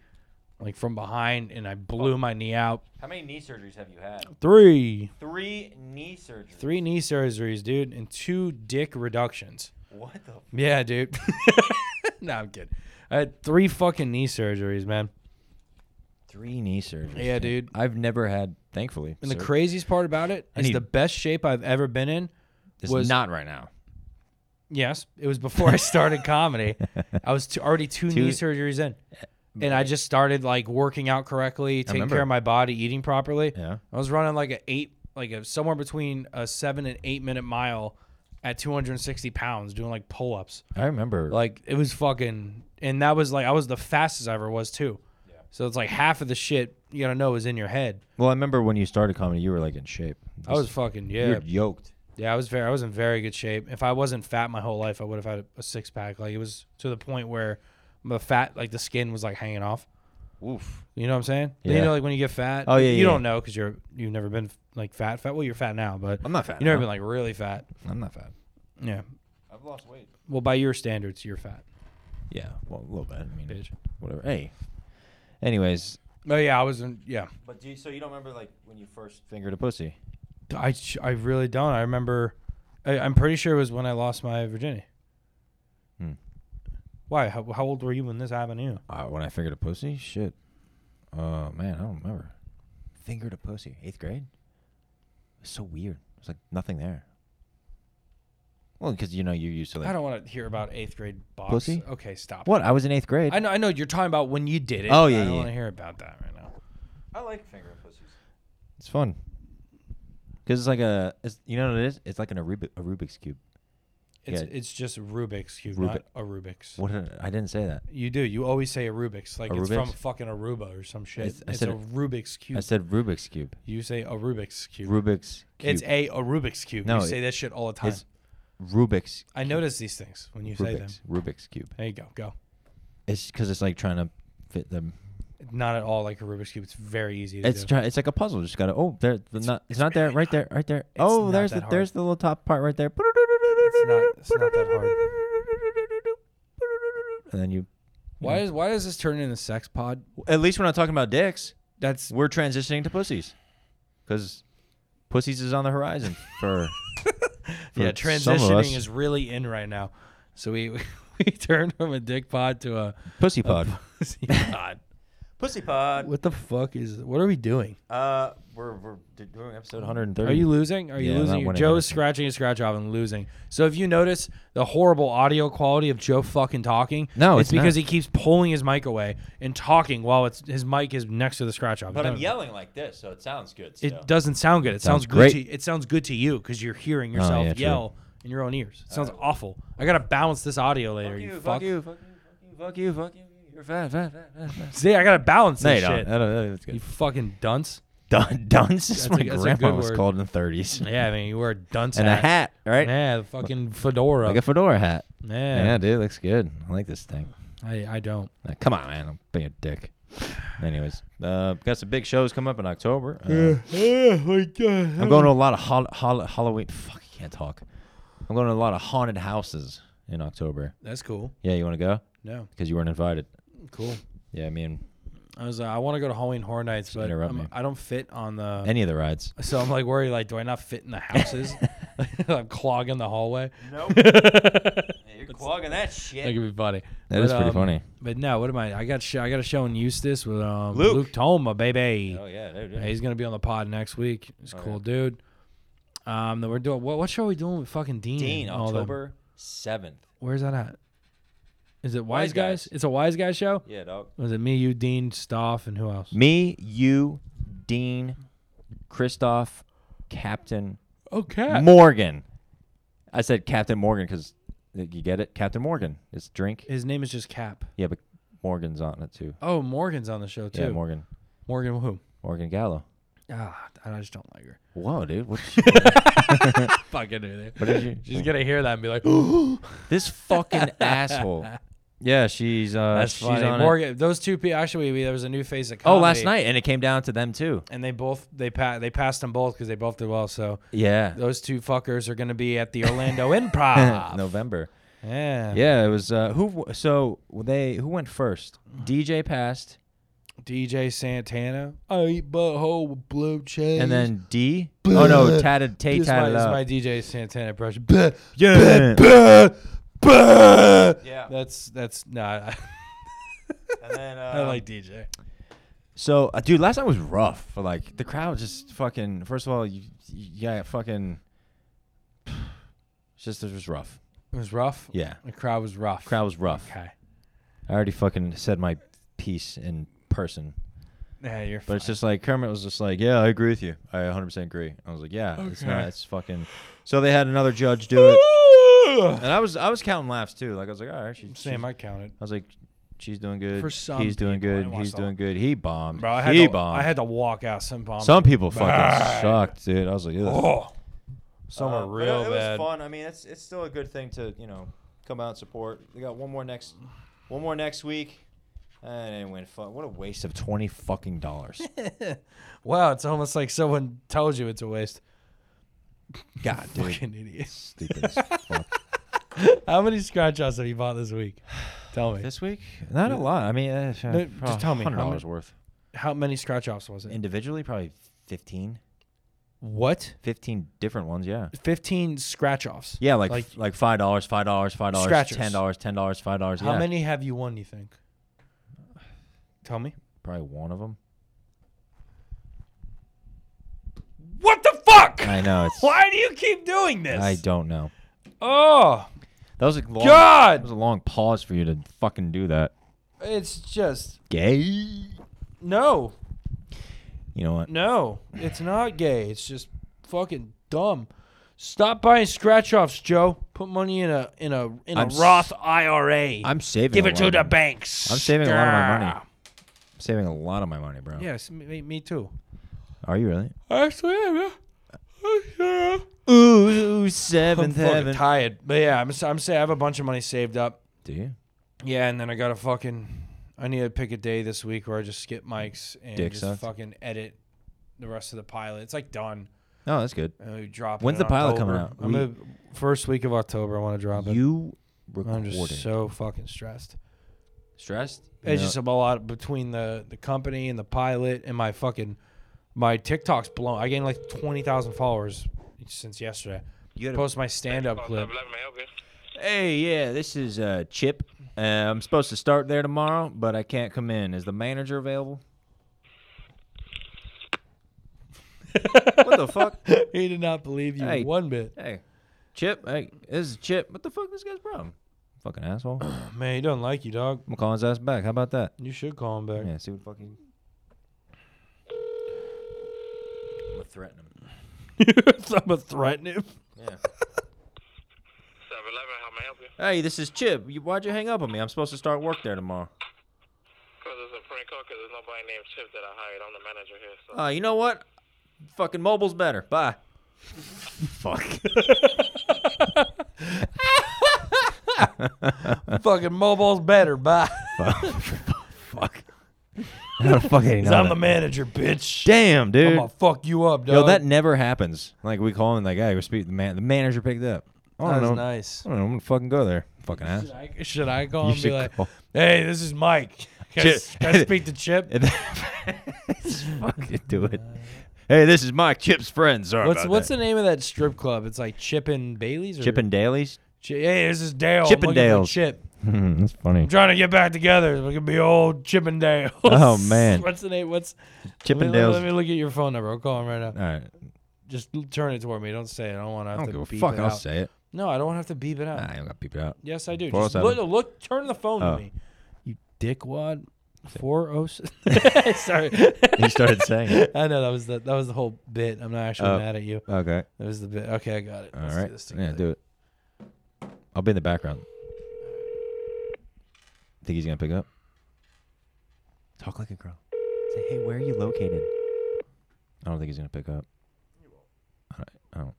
Speaker 1: like from behind, and I blew my knee out.
Speaker 2: How many knee surgeries have you had?
Speaker 1: Three,
Speaker 2: Three knee surgeries.
Speaker 1: three knee surgeries, dude, and two dick reductions.
Speaker 2: What the? F-
Speaker 1: Yeah, dude. no, I'm kidding. I had three fucking knee surgeries, man.
Speaker 2: three knee surgeries.
Speaker 1: Yeah, dude.
Speaker 2: I've never had. Thankfully,
Speaker 1: And the
Speaker 2: sur-
Speaker 1: craziest part about it is
Speaker 2: need-
Speaker 1: the best shape I've ever been in
Speaker 2: It's
Speaker 1: was
Speaker 2: not right now.
Speaker 1: Yes, it was before I started comedy. I was two, already two,
Speaker 2: Two-
Speaker 1: knee surgeries in, and I just started like working out correctly, taking
Speaker 2: remember.
Speaker 1: care of my body, eating properly.
Speaker 2: Yeah.
Speaker 1: I was running like a eight, like a somewhere between a seven and eight minute mile at 260 pounds, doing like pull ups.
Speaker 2: I remember.
Speaker 1: Like it was fucking, and that was like I was the fastest I ever was too. So it's like half of the shit you gotta know is in your head.
Speaker 2: well, I remember when you started comedy, you were like in shape.
Speaker 1: I was fucking Oh, yeah,
Speaker 2: you were yoked.
Speaker 1: yeah. I was very, I was in very good shape. If I wasn't fat my whole life, I would have had a six pack. Like it was to the point where the fat, like the skin was like hanging off.
Speaker 2: Oof.
Speaker 1: You know what I'm saying?
Speaker 2: Yeah.
Speaker 1: You know, like when you get fat.
Speaker 2: Oh, yeah,
Speaker 1: You
Speaker 2: yeah,
Speaker 1: don't
Speaker 2: yeah.
Speaker 1: know because you're you've never been like fat, fat. Well, you're fat now, but
Speaker 2: I'm not fat.
Speaker 1: you never
Speaker 2: now.
Speaker 1: been like really fat.
Speaker 2: I'm not fat.
Speaker 1: Yeah.
Speaker 2: I've lost weight.
Speaker 1: Well, by your standards, you're fat,
Speaker 2: Yeah. Well, a little bit. I mean,
Speaker 1: bitch.
Speaker 2: whatever. Hey. Anyways.
Speaker 1: Oh yeah, I was in. Yeah.
Speaker 2: But do you, so you don't remember like when you first fingered a pussy?
Speaker 1: I, sh- I really don't. I remember. I, I'm pretty sure it was when I lost my virginity.
Speaker 2: Hmm.
Speaker 1: Why? How, how old were you when this happened to you?
Speaker 2: Uh, when I fingered a pussy, shit. Uh, man, I don't remember. Fingered a pussy, eighth grade. It's so weird. It's like nothing there. Well, because you know you're used to like.
Speaker 1: I don't want to hear about eighth grade box.
Speaker 2: Pussy?
Speaker 1: Okay, stop.
Speaker 2: What? I was in eighth grade.
Speaker 1: I know. I know you're talking about when you did it.
Speaker 2: Oh, yeah,
Speaker 1: I don't
Speaker 2: yeah,
Speaker 1: want to
Speaker 2: yeah.
Speaker 1: hear about that right now.
Speaker 2: I like fingering pussies. It's fun. Cause it's like a, it's, you know what it is? It's like an Arub- a Rubik's cube.
Speaker 1: It's
Speaker 2: Yeah.
Speaker 1: it's just a Rubik's cube,
Speaker 2: Rubi-
Speaker 1: not a Rubik's.
Speaker 2: What? did I I didn't say that.
Speaker 1: You do. You always say a Rubik's, like
Speaker 2: A
Speaker 1: it's from
Speaker 2: Rubik's?
Speaker 1: fucking Aruba or some shit. It's,
Speaker 2: I said
Speaker 1: a
Speaker 2: it-
Speaker 1: Rubik's
Speaker 2: I
Speaker 1: cube.
Speaker 2: said Rubik's cube.
Speaker 1: you say a Rubik's cube.
Speaker 2: Rubik's cube.
Speaker 1: It's a, a Rubik's cube.
Speaker 2: No,
Speaker 1: you
Speaker 2: it-
Speaker 1: say that shit all the time.
Speaker 2: it's Rubik's.
Speaker 1: I notice these things when you say them.
Speaker 2: Rubik's. Rubik's cube.
Speaker 1: There you go. Go.
Speaker 2: It's because it's like trying to fit them
Speaker 1: Not at all like a Rubik's cube. It's very easy to
Speaker 2: It's
Speaker 1: do.
Speaker 2: try, it's like a puzzle. Just gotta oh there the not it's, not there
Speaker 1: really
Speaker 2: right
Speaker 1: not.
Speaker 2: there right there oh
Speaker 1: not
Speaker 2: there's the
Speaker 1: that hard.
Speaker 2: there's the little top part right there.
Speaker 1: not- it's not that
Speaker 2: And then you
Speaker 1: why is why does this turn into sex pod?
Speaker 2: at least we're not talking about dicks.
Speaker 1: That's
Speaker 2: We're transitioning to pussies because pussies is on the horizon for, for
Speaker 1: yeah.
Speaker 2: some of us.
Speaker 1: Transitioning is really in right now. So we we turned from a dick pod to a
Speaker 2: pussy pod.
Speaker 1: pussy pod.
Speaker 2: Pussy pod.
Speaker 1: What the fuck is? What are we doing?
Speaker 2: Uh, we're we're doing episode 130.
Speaker 1: Are you losing? Are you
Speaker 2: Yeah, I'm not
Speaker 1: losing?
Speaker 2: winning
Speaker 1: Joe's
Speaker 2: anything.
Speaker 1: scratching his scratch off and losing. So if you notice the horrible audio quality of Joe fucking talking,
Speaker 2: No,
Speaker 1: it's,
Speaker 2: it's
Speaker 1: because
Speaker 2: not.
Speaker 1: he keeps pulling his mic away and talking while it's his mic is next to the scratch off. It doesn't-
Speaker 2: yelling like this, so it sounds good.
Speaker 1: It doesn't sound good. It sounds,
Speaker 2: Sounds
Speaker 1: good.
Speaker 2: great. Oh,
Speaker 1: To, it sounds good to you because you're hearing yourself
Speaker 2: yeah, true.
Speaker 1: yell in your own ears. It sounds awful. I gotta balance this audio later.
Speaker 2: Oh. Fuck
Speaker 1: you,
Speaker 2: you,
Speaker 1: fuck.
Speaker 2: fuck you, fuck you, fuck you, fuck you. You're fat, fat, fat, fat, fat.
Speaker 1: See, I gotta balance
Speaker 2: No, you
Speaker 1: this
Speaker 2: don't.
Speaker 1: shit.
Speaker 2: I don't- I think that's
Speaker 1: You
Speaker 2: good.
Speaker 1: fucking dunce.
Speaker 2: Dun, dunce is
Speaker 1: That's
Speaker 2: what
Speaker 1: a-
Speaker 2: my
Speaker 1: that's a
Speaker 2: grandma
Speaker 1: good
Speaker 2: was
Speaker 1: word.
Speaker 2: called in the 30s.
Speaker 1: Yeah, I mean you wear a dunce
Speaker 2: And a hat, right?
Speaker 1: Yeah, the fucking fedora.
Speaker 2: Like a fedora hat.
Speaker 1: yeah,
Speaker 2: Yeah. dude, looks good. I like this thing.
Speaker 1: I, I don't.
Speaker 2: Uh, come on, man. I'm being a dick. Anyways, uh, got some big shows coming up in October. Uh, I'm going to a lot of hol- hol- Halloween. Fuck, I can't talk. I'm going to a lot of haunted houses in October.
Speaker 1: That's cool.
Speaker 2: Yeah, you want to go?
Speaker 1: No,
Speaker 2: Because you weren't invited.
Speaker 1: cool.
Speaker 2: Yeah, I mean,
Speaker 1: I was. Uh, I want to go to Halloween Horror Nights, but
Speaker 2: interrupt
Speaker 1: I'm-
Speaker 2: me.
Speaker 1: I don't fit on the.
Speaker 2: any of the rides.
Speaker 1: so I'm like worried. Like, do I not fit in the houses? I'm clogging the hallway.
Speaker 2: Nope. you're clogging that shit.
Speaker 1: That could be funny.
Speaker 2: That
Speaker 1: That is
Speaker 2: is pretty funny.
Speaker 1: But no, what am I? I got sh- I got a show in Eustis with um,
Speaker 2: Luke.
Speaker 1: Luke. Toma, baby.
Speaker 2: Oh, yeah, Oh, dude.
Speaker 1: Hey, he's gonna be on the pod next week. He's a cool, dude. Um, then we're doing what? What show are we doing with fucking Dean?
Speaker 2: Dean,
Speaker 1: and all them?
Speaker 2: October seventh.
Speaker 1: Where's that at? Is it Wise,
Speaker 2: Wise
Speaker 1: guys?
Speaker 2: Guys.
Speaker 1: It's a Wise Guys show.
Speaker 2: Yeah, dog.
Speaker 1: Was it me, you, Dean, Stoff, and who else?
Speaker 2: Me, you, Dean, Christoph, Captain
Speaker 1: Okay.
Speaker 2: Morgan. I said Captain Morgan because you get it, Captain Morgan. It's drink.
Speaker 1: His name is just Cap.
Speaker 2: Yeah, but Morgan's on it too.
Speaker 1: Oh, Morgan's on the show too.
Speaker 2: Yeah, Morgan,
Speaker 1: Morgan who?
Speaker 2: Morgan Gallo.
Speaker 1: Ah, I just don't like her.
Speaker 2: Whoa, dude! What,
Speaker 1: Fucking her.
Speaker 2: what did you?
Speaker 1: She's gonna hear that and be like, "Ooh,
Speaker 2: this fucking asshole. Yeah, she's uh,
Speaker 1: "That's
Speaker 2: she's
Speaker 1: funny."
Speaker 2: on it.
Speaker 1: Morgan, those two people. Actually, we, there was a new face at
Speaker 2: Oh,
Speaker 1: comedy.
Speaker 2: last night, and it came down to them too.
Speaker 1: and they both they pa- they passed them both because they both did well. So
Speaker 2: Yeah,
Speaker 1: those two fuckers are gonna be at the Orlando Improv.
Speaker 2: November.
Speaker 1: Yeah.
Speaker 2: Ah, Yeah, it was uh, who. w- So they who went first? DJ passed,
Speaker 1: DJ Santana. I eat butthole with blue cheese.
Speaker 2: and then D. Oh no, tatted, tay
Speaker 1: this is my,
Speaker 2: tatted
Speaker 1: this is my
Speaker 2: up.
Speaker 1: DJ Santana impression.
Speaker 2: Yeah, yeah.
Speaker 1: That's that's not. Nah,
Speaker 2: And then uh,
Speaker 1: I like DJ.
Speaker 2: so, uh, dude, last night was rough. For like the crowd just fucking. First of all, you, you got fucking. It's just it was rough.
Speaker 1: It was rough.
Speaker 2: Yeah.
Speaker 1: The crowd was rough.
Speaker 2: Crowd was rough.
Speaker 1: Okay.
Speaker 2: I already fucking said my piece in person.
Speaker 1: Yeah, you're.
Speaker 2: But it's just like Kermit was just like, yeah, I agree with you. I 100% agree. I was like, yeah, it's
Speaker 1: Okay.
Speaker 2: not. It's fucking. So they had another judge do it, and I was I was counting laughs too. Like I was like, all right, she's, she's
Speaker 1: Sam, I counted.
Speaker 2: I was like, she's doing good.
Speaker 1: For some
Speaker 2: he's doing
Speaker 1: people, I
Speaker 2: good.
Speaker 1: watched
Speaker 2: He's
Speaker 1: all-
Speaker 2: doing good. He bombed.
Speaker 1: Bro, I had,
Speaker 2: he
Speaker 1: to,
Speaker 2: bombed.
Speaker 1: I had to walk out. Some bomb.
Speaker 2: Some people fucking
Speaker 1: Bad.
Speaker 2: sucked, dude. I was like, ugh.
Speaker 1: Oh, some
Speaker 2: Uh,
Speaker 1: are
Speaker 2: but it-
Speaker 1: real
Speaker 2: it,
Speaker 1: bad.
Speaker 2: was fun. I mean, it's it's still a good thing to you know come out and support. They got one more next, one more next week, and it went fuck. What a waste of twenty fucking dollars.
Speaker 1: Wow, it's almost like someone tells you it's a waste.
Speaker 2: God, dude,
Speaker 1: Fucking idiot.
Speaker 2: stupid. As fuck.
Speaker 1: How many scratch offs have you bought this week? Tell me.
Speaker 2: This week, not a lot. I mean, uh,
Speaker 1: No, just
Speaker 2: probably
Speaker 1: tell me, how
Speaker 2: hundred dollars
Speaker 1: many-
Speaker 2: worth
Speaker 1: How many scratch offs was it?
Speaker 2: individually, probably 15,
Speaker 1: What?
Speaker 2: 15 different ones. Yeah.
Speaker 1: Fifteen scratch offs.
Speaker 2: Yeah, like
Speaker 1: Like-
Speaker 2: like, five dollars, five dollars, five dollars,
Speaker 1: Scratchers.
Speaker 2: ten dollars, ten dollars, five dollars.
Speaker 1: How
Speaker 2: yeah.
Speaker 1: many have you won? You think? Tell me.
Speaker 2: Probably one of them.
Speaker 1: What the fuck?
Speaker 2: I know. It's,
Speaker 1: Why do you keep doing this?
Speaker 2: I don't know.
Speaker 1: Oh
Speaker 2: That was a long, that was
Speaker 1: God!
Speaker 2: a long pause for you to fucking do that.
Speaker 1: It's just
Speaker 2: Gay. You
Speaker 1: no,
Speaker 2: know what?
Speaker 1: no. It's not gay. It's just fucking dumb. Stop buying scratch offs, Joe. Put money in a in a in a
Speaker 2: I'm s-
Speaker 1: Roth IRA.
Speaker 2: I'm saving.
Speaker 1: Give
Speaker 2: a
Speaker 1: it
Speaker 2: lot
Speaker 1: to
Speaker 2: of
Speaker 1: the
Speaker 2: money.
Speaker 1: banks.
Speaker 2: I'm saving a lot of my money.
Speaker 1: Yeah.
Speaker 2: I'm saving a lot of my money, bro.
Speaker 1: Yes, me, me too.
Speaker 2: Are you really?
Speaker 1: Actually, yeah. yeah.
Speaker 2: Ooh,
Speaker 1: I'm
Speaker 2: seventh
Speaker 1: fucking tired, but yeah, I'm s- I'm say I have a bunch of money saved up.
Speaker 2: Do you?
Speaker 1: Yeah, and then I got to fucking. I need to pick a day this week where I just skip mics and
Speaker 2: Dick
Speaker 1: just
Speaker 2: sucked.
Speaker 1: fucking edit the rest of the pilot. It's like done.
Speaker 2: No, that's good.
Speaker 1: And we drop. it
Speaker 2: When's
Speaker 1: in
Speaker 2: the pilot coming
Speaker 1: October.
Speaker 2: out?
Speaker 1: I'm
Speaker 2: We-
Speaker 1: gonna, first week of October. I want to drop it.
Speaker 2: You
Speaker 1: I'm
Speaker 2: recorded.
Speaker 1: just so fucking stressed.
Speaker 2: Stressed?
Speaker 1: It's
Speaker 2: No.
Speaker 1: just a lot between the the company and the pilot and my fucking my TikTok's blown. I gained like twenty thousand followers since yesterday.
Speaker 2: you gotta-
Speaker 1: Post my stand up clip.
Speaker 3: Let me help you.
Speaker 2: Hey, yeah, this is uh, Chip. Uh, I'm supposed to start there tomorrow, but I can't come in. Is the manager available? what the fuck?
Speaker 1: he did not believe you
Speaker 2: Hey.
Speaker 1: one bit.
Speaker 2: Hey, Chip. Hey, this is Chip. What the fuck? This guy's problem? Fucking asshole. I'm
Speaker 1: Oh, Man, he doesn't like you, dog.
Speaker 2: gonna call his ass back. How about that?
Speaker 1: You should call him back.
Speaker 2: Yeah, see what fucking. I'm gonna threaten him.
Speaker 1: I'm gonna threaten him.
Speaker 2: Yeah.
Speaker 3: 7-Eleven, how may I help you?
Speaker 2: hey, this is Chip. You, why'd you hang up on me? I'm supposed to start work there tomorrow.
Speaker 3: Because it's a prank call, because there's nobody named Chip that I hired. I'm the manager here, so.
Speaker 2: Uh, you know what? Fucking mobile's better. Bye. Fuck.
Speaker 1: fucking mobile's better. Bye.
Speaker 2: Fuck. I don't fucking know.
Speaker 1: I'm
Speaker 2: that.
Speaker 1: the manager, bitch.
Speaker 2: Damn,
Speaker 1: I'm
Speaker 2: dude.
Speaker 1: gonna fuck you up, dog.
Speaker 2: Yo, that never happens. Like we call him, like, hey, we speak. The man, the manager picked up. I
Speaker 1: That
Speaker 2: don't
Speaker 1: was
Speaker 2: know.
Speaker 1: nice.
Speaker 2: I don't know. I'm gonna fucking go there. Fucking ass.
Speaker 1: Should I, should I call and be
Speaker 2: should
Speaker 1: like,
Speaker 2: call.
Speaker 1: "Hey, this is Mike. Can I,
Speaker 2: Chip.
Speaker 1: can I speak to Chip?
Speaker 2: Just fucking do it. Hey, this is Mike Chip's friend. Sorry
Speaker 1: What's
Speaker 2: about
Speaker 1: what's
Speaker 2: that.
Speaker 1: the name of that strip club? It's like Chip and Bailey's. Or
Speaker 2: Chip and Daly's?
Speaker 1: Chi- hey, this is Dale. I'm
Speaker 2: Chip
Speaker 1: looking
Speaker 2: and
Speaker 1: for
Speaker 2: Dale's.
Speaker 1: Chip.
Speaker 2: That's funny.
Speaker 1: I'm trying to get back together. We can be old Chip and Dale.
Speaker 2: Oh, man.
Speaker 1: what's the name? What's
Speaker 2: Chip
Speaker 1: let
Speaker 2: and
Speaker 1: me-
Speaker 2: Dale's.
Speaker 1: Let me look at your phone number. I'll call him right now.
Speaker 2: All right.
Speaker 1: Just l- turn it toward me. Don't say it. I don't want to
Speaker 2: I
Speaker 1: have
Speaker 2: don't
Speaker 1: to
Speaker 2: give a
Speaker 1: beep
Speaker 2: fuck.
Speaker 1: it
Speaker 2: I'll
Speaker 1: out.
Speaker 2: say it. Uh.
Speaker 1: No, I don't want to have to beep it out.
Speaker 2: Nah, I don't gotta beep it out.
Speaker 1: Yes, I do. Just
Speaker 2: 407.
Speaker 1: look, look, turn the phone
Speaker 2: Oh.
Speaker 1: to me. You dickwad. Four oh six. Sorry.
Speaker 2: You started saying it.
Speaker 1: I know that was the that was the whole bit. I'm not actually
Speaker 2: Oh.
Speaker 1: mad at you.
Speaker 2: Okay.
Speaker 1: That was the bit. Okay, I got it.
Speaker 2: All
Speaker 1: Let's
Speaker 2: right.
Speaker 1: Do this
Speaker 2: yeah,
Speaker 1: together.
Speaker 2: do it. I'll be in the background. Think he's gonna pick up? Talk like a girl. Say, hey, where are you located? I don't think he's gonna pick up. I don't. I, don't,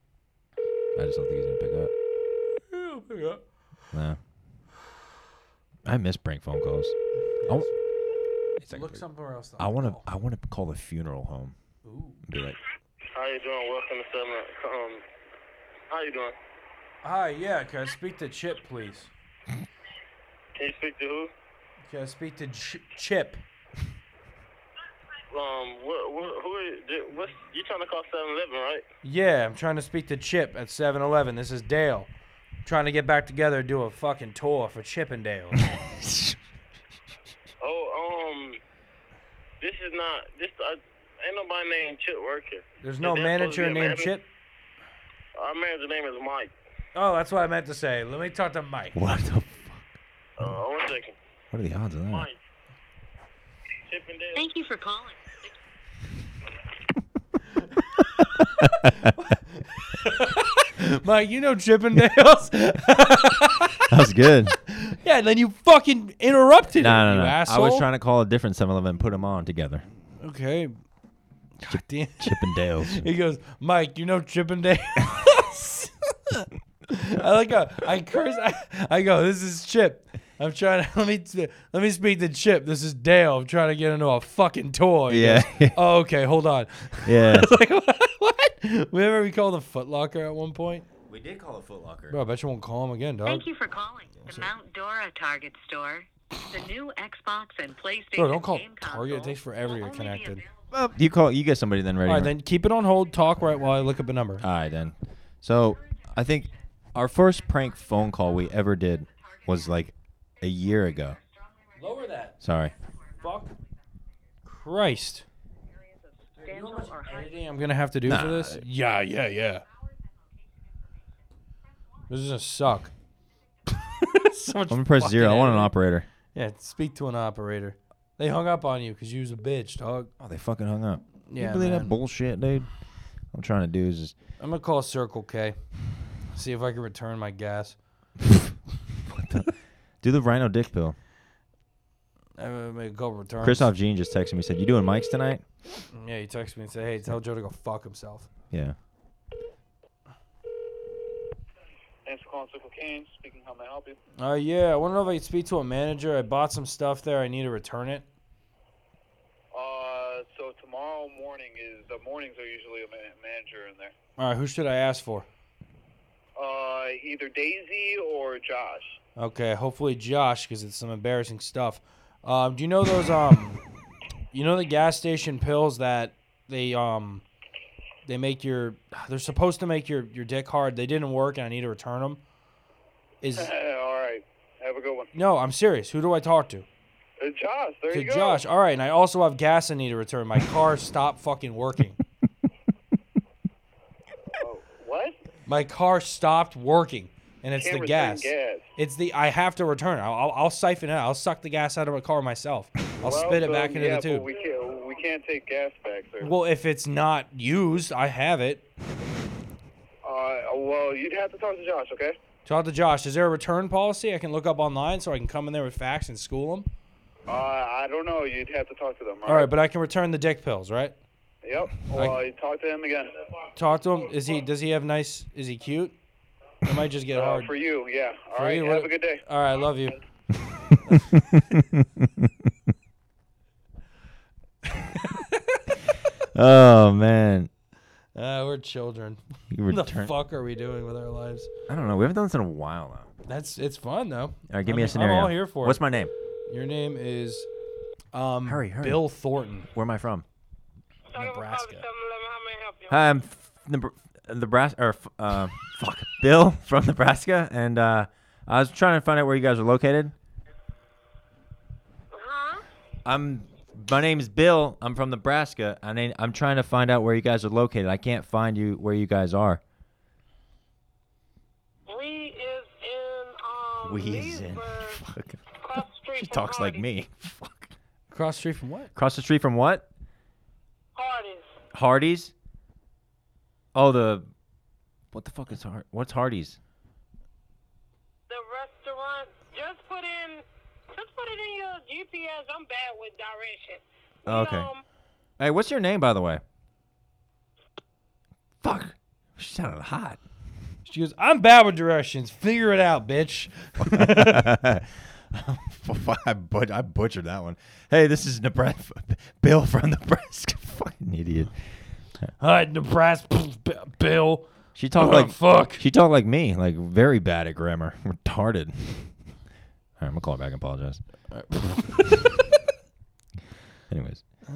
Speaker 2: I just don't think he's gonna pick up. No. I miss prank phone calls. I w- It's like a
Speaker 1: Look
Speaker 2: big-
Speaker 1: somewhere else.
Speaker 2: I want to. I want to call the funeral home. And be like,
Speaker 3: How you doing? Welcome to 7 Um, how you doing?
Speaker 1: Hi, yeah. Can I speak to Chip, please?
Speaker 3: Can you speak to who?
Speaker 1: Can I speak to Ch- Chip?
Speaker 3: Um, what, what, who are you, did- what's, you trying to call 7-Eleven, right?
Speaker 1: Yeah, I'm trying to speak to Chip at 7-Eleven. This is Dale. I'm trying to get back together and do a fucking tour for Chippendale.
Speaker 3: Oh, um, this is not, this, I, ain't nobody named Chip working.
Speaker 1: There's no
Speaker 3: Is that supposed to
Speaker 1: manager
Speaker 3: be a
Speaker 1: named
Speaker 3: manager?
Speaker 1: Chip.
Speaker 3: Our manager's name is Mike.
Speaker 1: Oh, that's what I meant to say. Let me talk to Mike.
Speaker 2: What the? f-
Speaker 3: Uh, one second.
Speaker 2: What are the odds of that?
Speaker 3: Mike. Chippendale.
Speaker 4: Thank you for calling.
Speaker 1: Oh. Mike, you know Chippendales.
Speaker 2: That was good.
Speaker 1: yeah, and then you fucking interrupted
Speaker 2: no,
Speaker 1: him,
Speaker 2: no,
Speaker 1: you
Speaker 2: no. I
Speaker 1: asshole.
Speaker 2: was trying to call a different 7-Eleven and put them on together.
Speaker 1: Okay. God damn.
Speaker 2: Chippendales.
Speaker 1: He goes, Mike, you know Chippendales. I like a, I curse. I, I go, this is Chip. I'm trying to let me t- let me speak to Chip. This is Dale. I'm trying to get into a fucking toy. He
Speaker 2: Yeah.
Speaker 1: goes, oh, okay. Hold on.
Speaker 2: yeah.
Speaker 1: It's like what? what? Remember we called a Foot Locker at one point.
Speaker 2: We did call a Foot Locker.
Speaker 1: Bro, I bet you won't call him again, dog.
Speaker 4: Thank you for calling the Mount Dora Target store. The new Xbox and PlayStation
Speaker 1: Bro, don't call
Speaker 4: game
Speaker 1: Target.
Speaker 4: console
Speaker 1: It takes forever
Speaker 4: will
Speaker 1: to get
Speaker 4: only be
Speaker 1: connected.
Speaker 4: available
Speaker 2: Well, you call. You get somebody then ready.
Speaker 1: All right,
Speaker 2: to-
Speaker 1: then keep it on hold. Talk right while I look up a number.
Speaker 2: All right, then. So I think our first prank phone call we ever did was like a year ago.
Speaker 1: Lower that.
Speaker 2: Sorry.
Speaker 1: Fuck. Christ.
Speaker 4: dental or high
Speaker 1: Editing I'm gonna have to do for this. Yeah, yeah, yeah. This is gonna suck. so much
Speaker 2: I'm gonna press
Speaker 1: fucking
Speaker 2: zero. I want an
Speaker 1: editing.
Speaker 2: operator.
Speaker 1: Yeah, speak to an operator. They hung up on you because you was a bitch, dog.
Speaker 2: Oh, they fucking hung up.
Speaker 1: Yeah,
Speaker 2: you believe
Speaker 1: man.
Speaker 2: that bullshit, dude? I'm trying to do is just
Speaker 1: I'm gonna call Circle K. See if I can return my gas.
Speaker 2: do the rhino dick pill.
Speaker 1: I'm gonna make a couple returns.
Speaker 2: Christoph Jean just texted me. Said you doing mics tonight?
Speaker 1: Yeah, he texted me and said, "Hey, tell Joe to go fuck himself."
Speaker 2: Yeah.
Speaker 3: Thanks for calling Circle Kane. Speaking, how may I help you?
Speaker 1: Uh, yeah, I want to know if I could speak to a manager. I bought some stuff there. I need to return it.
Speaker 3: Uh, so tomorrow morning is the mornings are usually a ma- manager in there.
Speaker 1: All right, who should I ask for?
Speaker 3: Uh, either Daisy or Josh.
Speaker 1: Okay, hopefully Josh, because it's some embarrassing stuff. Um, do you know those um, you know the gas station pills that they um, they make your they're supposed to make your your dick hard. They didn't work, and I need to return them. Is
Speaker 3: All right. Have a good one.
Speaker 1: no, I'm serious. Who do I talk to?
Speaker 3: Uh, Josh, there
Speaker 1: To
Speaker 3: you go.
Speaker 1: Josh. All right, and I also have gas I need to return. My car stopped fucking working.
Speaker 3: Oh, what?
Speaker 1: My car stopped working, and it's
Speaker 3: Can't
Speaker 1: the
Speaker 3: return
Speaker 1: gas. It's the I have to return. it. I'll, I'll, I'll siphon it. out. I'll suck the gas out of my car myself. I'll
Speaker 3: Well,
Speaker 1: spit it
Speaker 3: so,
Speaker 1: back into
Speaker 3: yeah,
Speaker 1: the tube.
Speaker 3: But we can't. We can't take gas back, sir.
Speaker 1: Well, if it's not used, I have it.
Speaker 3: uh, well, you'd have to talk to Josh, okay?
Speaker 1: Talk to Josh. Is there a return policy I can look up online so I can come in there with facts and school them?
Speaker 3: Uh, I don't know. You'd have to talk to them.
Speaker 1: All right, but I can return the dick pills, right?
Speaker 3: Yep. Well, you talk to him again. Uh,
Speaker 1: Talk to him. Is he? Does he have nice? Is he cute? It might just get
Speaker 3: Uh,
Speaker 1: hard.
Speaker 3: for you, yeah. All
Speaker 1: For
Speaker 3: right.
Speaker 1: you,
Speaker 3: have
Speaker 1: what-
Speaker 3: a good day.
Speaker 1: All right, I love you.
Speaker 2: Oh man.
Speaker 1: Uh, we're children.
Speaker 2: You
Speaker 1: What the
Speaker 2: return.
Speaker 1: fuck are we doing with our lives?
Speaker 2: I don't know. We haven't done this in a while though.
Speaker 1: That's it's fun though.
Speaker 2: All right, give
Speaker 1: I
Speaker 2: me
Speaker 1: mean,
Speaker 2: a scenario.
Speaker 1: I'm all here for
Speaker 2: What's
Speaker 1: it.
Speaker 2: my name?
Speaker 1: Your name is um
Speaker 2: Hurry, hurry.
Speaker 1: Bill Thornton,
Speaker 2: Where am I from?
Speaker 1: Nebraska.
Speaker 2: Hi, I'm f- Nebr- Um, Nebraska or f- uh, fuck Bill from Nebraska, and uh, I was trying to find out where you guys are located.
Speaker 4: Huh?
Speaker 2: I'm my name's Bill. I'm from Nebraska. I mean, I'm trying to find out where you guys are located. I can't find you where you guys are.
Speaker 4: We is in um
Speaker 2: Wheeze in.
Speaker 4: Leesburg,
Speaker 2: Fuck.
Speaker 4: across the street
Speaker 2: She
Speaker 4: from
Speaker 2: talks like
Speaker 4: Hardee's.
Speaker 2: me. Fuck.
Speaker 1: Across the street from what?
Speaker 2: Across the street from what?
Speaker 4: Hardee's.
Speaker 2: Hardee's. Oh, the what the fuck is Hard? What's Hardee's?
Speaker 4: The restaurant. Just put in. Just put it in your GPS. I'm bad with direction. We,
Speaker 2: Okay.
Speaker 4: Um,
Speaker 2: Hey, what's your name, by the way? Fuck. She sounded hot.
Speaker 1: She goes, I'm bad with directions. Figure it out, bitch.
Speaker 2: I, but- I butchered that one. Hey, this is Nebraska. Bill from Nebraska. Fucking idiot.
Speaker 1: Hi, Nebraska Bill.
Speaker 2: She talked
Speaker 1: Oh,
Speaker 2: like
Speaker 1: fuck.
Speaker 2: She talked like me, like very bad at grammar, retarded. All right, I'm gonna call her back and apologize. Anyways, I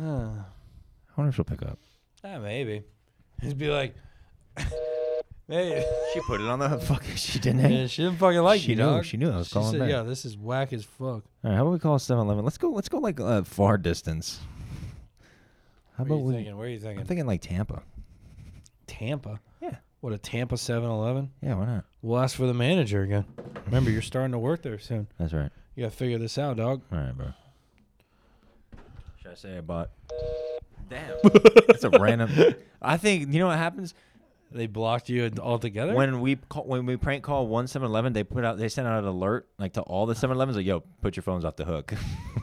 Speaker 2: wonder if she'll pick up.
Speaker 1: Ah, maybe. He'd be like, hey.
Speaker 2: She put it on the fucking. She didn't.
Speaker 1: Yeah, she didn't fucking like
Speaker 2: She
Speaker 1: you,
Speaker 2: knew-
Speaker 1: dog.
Speaker 2: she knew I was
Speaker 1: she
Speaker 2: calling
Speaker 1: said,
Speaker 2: back.
Speaker 1: Yeah, this is whack as fuck.
Speaker 2: All right, how about we call 7-Eleven? Let's go. Let's go like uh, far distance. How
Speaker 1: What are
Speaker 2: about
Speaker 1: you
Speaker 2: we?
Speaker 1: thinking? What are you thinking?
Speaker 2: I'm thinking like Tampa.
Speaker 1: Tampa.
Speaker 2: Yeah.
Speaker 1: What a Tampa 7-Eleven.
Speaker 2: Yeah, why not?
Speaker 1: We'll ask for the manager again. Remember, you're starting to work there soon.
Speaker 2: That's right.
Speaker 1: You gotta figure this out, dog.
Speaker 2: All right, bro. Should I say I bought? Damn. That's a random. I think you know what happens
Speaker 1: They blocked you altogether.
Speaker 2: when we call, when we prank call one 7-Eleven, They put out they send out an alert like to all the 7-Elevens like, yo, put your phones off the hook.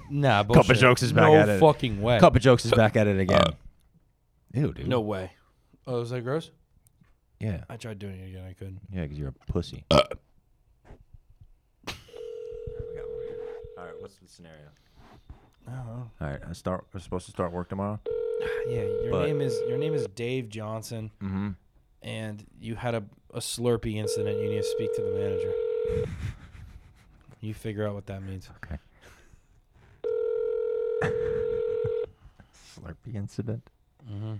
Speaker 1: nah, bullshit.
Speaker 2: Cup of Jokes is back
Speaker 1: no
Speaker 2: at it.
Speaker 1: fucking way.
Speaker 2: Cup of jokes is back at it again. Ew, dude.
Speaker 1: no way. Oh, is that gross?
Speaker 2: Yeah.
Speaker 1: I tried doing it again. I couldn't.
Speaker 2: Yeah, because you're a pussy. All right, what's the scenario? All right, I start. We're supposed to start work tomorrow.
Speaker 1: Yeah, your
Speaker 2: But-
Speaker 1: name is your name is Dave Johnson,
Speaker 2: Mhm.
Speaker 1: and you had a, a Slurpee incident. You need to speak to the manager. you figure out what that means.
Speaker 2: Okay. Slurpee incident. Mm-hmm.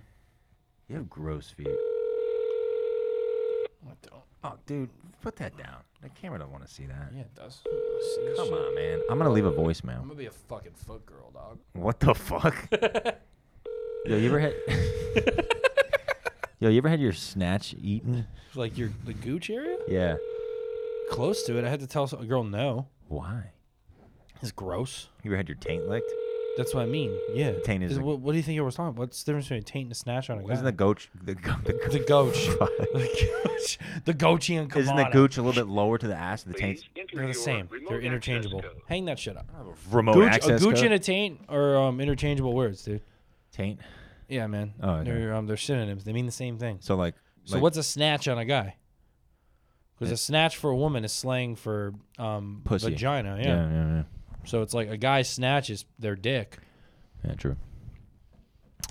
Speaker 2: You have gross feet.
Speaker 1: I don't.
Speaker 2: Oh, dude, put that down. The camera don't want to see that.
Speaker 1: Yeah, it does. See this
Speaker 2: Come
Speaker 1: shit?
Speaker 2: on, man. I'm gonna leave a
Speaker 1: I'm
Speaker 2: voicemail.
Speaker 1: gonna be a fucking foot girl, dog.
Speaker 2: What the fuck? Yo, you ever had? Yo, you ever had your snatch eaten?
Speaker 1: Like your the gooch area?
Speaker 2: Yeah.
Speaker 1: Close to it. I had to tell some- a girl no.
Speaker 2: Why?
Speaker 1: It's gross.
Speaker 2: You ever had your taint licked?
Speaker 1: That's what I mean. Yeah.
Speaker 2: Taint is a-
Speaker 1: what, what do you think I was talking about? What's the difference between a taint and a snatch on a guy?
Speaker 2: Isn't the goach the go, the, go-
Speaker 1: the goach.
Speaker 2: Fuck.
Speaker 1: the goach. The goachy and
Speaker 2: Isn't the
Speaker 1: Kamada.
Speaker 2: gooch a little bit lower to the ass of the taint?
Speaker 1: They're the same. They're interchangeable. Hang that shit up.
Speaker 2: Remote
Speaker 1: Gooch, a gooch and a taint are um, interchangeable words, dude.
Speaker 2: taint.
Speaker 1: Yeah, man.
Speaker 2: Oh, okay.
Speaker 1: They're um, they're synonyms. They mean the same thing.
Speaker 2: So like.
Speaker 1: So
Speaker 2: like
Speaker 1: what's a snatch on a guy? Because
Speaker 2: Yeah.
Speaker 1: a snatch for a woman is slang for um,
Speaker 2: Pussy.
Speaker 1: vagina.
Speaker 2: Yeah, yeah, yeah.
Speaker 1: So it's like a guy snatches their dick.
Speaker 2: Yeah, true.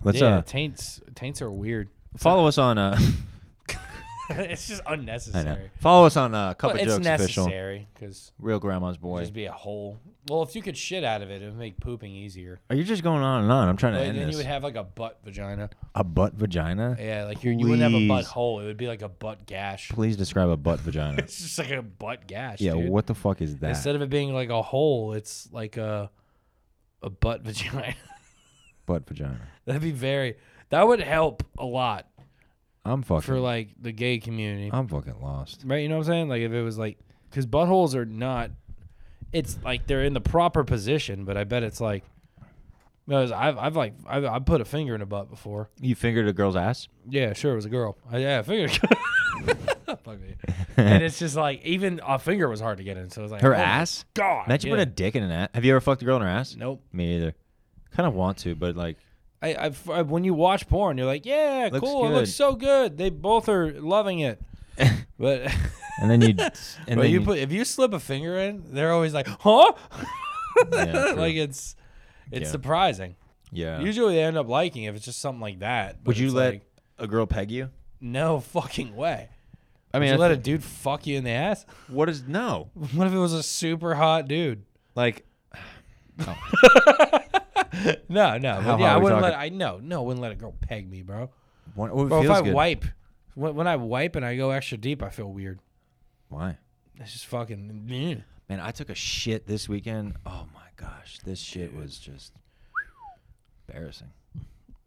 Speaker 2: Let's
Speaker 1: yeah,
Speaker 2: uh
Speaker 1: taints taints are weird.
Speaker 2: follow us on uh
Speaker 1: it's just
Speaker 2: I know.
Speaker 1: unnecessary.
Speaker 2: Follow us on uh Cup
Speaker 1: But
Speaker 2: of
Speaker 1: it's
Speaker 2: Jokes official.
Speaker 1: necessary because
Speaker 2: Real grandma's boy.
Speaker 1: just be a hole. Well, if you could shit out of it, it would make pooping easier.
Speaker 2: Are you just going on and on? I'm trying to
Speaker 1: But
Speaker 2: end
Speaker 1: then
Speaker 2: this.
Speaker 1: you would have like a butt vagina.
Speaker 2: a butt vagina?
Speaker 1: Yeah, like you you wouldn't have a butt
Speaker 2: Please.
Speaker 1: hole. It would be like a butt gash.
Speaker 2: Please describe a butt vagina.
Speaker 1: It's just like a butt gash.
Speaker 2: yeah,
Speaker 1: dude.
Speaker 2: what the fuck is that?
Speaker 1: Instead of it being like a hole, it's like a a butt vagina.
Speaker 2: butt vagina.
Speaker 1: That'd be very. That would help a lot
Speaker 2: I'm fucking
Speaker 1: for like the gay community,
Speaker 2: I'm fucking lost.
Speaker 1: right? You know what I'm saying? Like if it was like, because buttholes are not. It's like they're in the proper position, but I bet it's like. Because I've I've like I've, I've put a finger in a butt before.
Speaker 2: You fingered a girl's ass?
Speaker 1: Yeah, sure, it was a girl. I, yeah, I figured. Fuck me. and it's just like even a finger was hard to get in, so it's like
Speaker 2: Her
Speaker 1: oh my
Speaker 2: ass?
Speaker 1: God,
Speaker 2: Imagine putting a dick in an ass. Have you ever fucked a girl in her ass?
Speaker 1: Nope.
Speaker 2: Me either. Kind of want to, but like,
Speaker 1: I, I, I- when you watch porn, you're like, yeah,
Speaker 2: Looks
Speaker 1: cool, it looks
Speaker 2: good.
Speaker 1: so good. They both are loving it. But
Speaker 2: and then you, and
Speaker 1: but
Speaker 2: then
Speaker 1: you put if you slip a finger in, they're always like, huh?
Speaker 2: Yeah,
Speaker 1: like
Speaker 2: true.
Speaker 1: it's it's
Speaker 2: Yeah.
Speaker 1: surprising.
Speaker 2: yeah.
Speaker 1: Usually they end up liking it if it's just something like that. but
Speaker 2: Would you
Speaker 1: it's
Speaker 2: let
Speaker 1: like,
Speaker 2: a girl peg you?
Speaker 1: no fucking way?
Speaker 2: I
Speaker 1: Would
Speaker 2: mean,
Speaker 1: you
Speaker 2: I
Speaker 1: let a
Speaker 2: th-
Speaker 1: dude fuck you in the ass?
Speaker 2: what is no?
Speaker 1: What if it was a super hot dude?
Speaker 2: Like,
Speaker 1: No, no.
Speaker 2: How
Speaker 1: But yeah,
Speaker 2: hot
Speaker 1: I
Speaker 2: we
Speaker 1: wouldn't
Speaker 2: talking?
Speaker 1: let. I no, no, wouldn't let a girl peg me, bro.
Speaker 2: what, what
Speaker 1: Bro,
Speaker 2: feels
Speaker 1: if I
Speaker 2: good?
Speaker 1: wipe, when, when I wipe and I go extra deep, I feel weird.
Speaker 2: Why?
Speaker 1: It's just fucking. meh.
Speaker 2: Man, I took a shit this weekend. Oh my gosh, this shit was just embarrassing.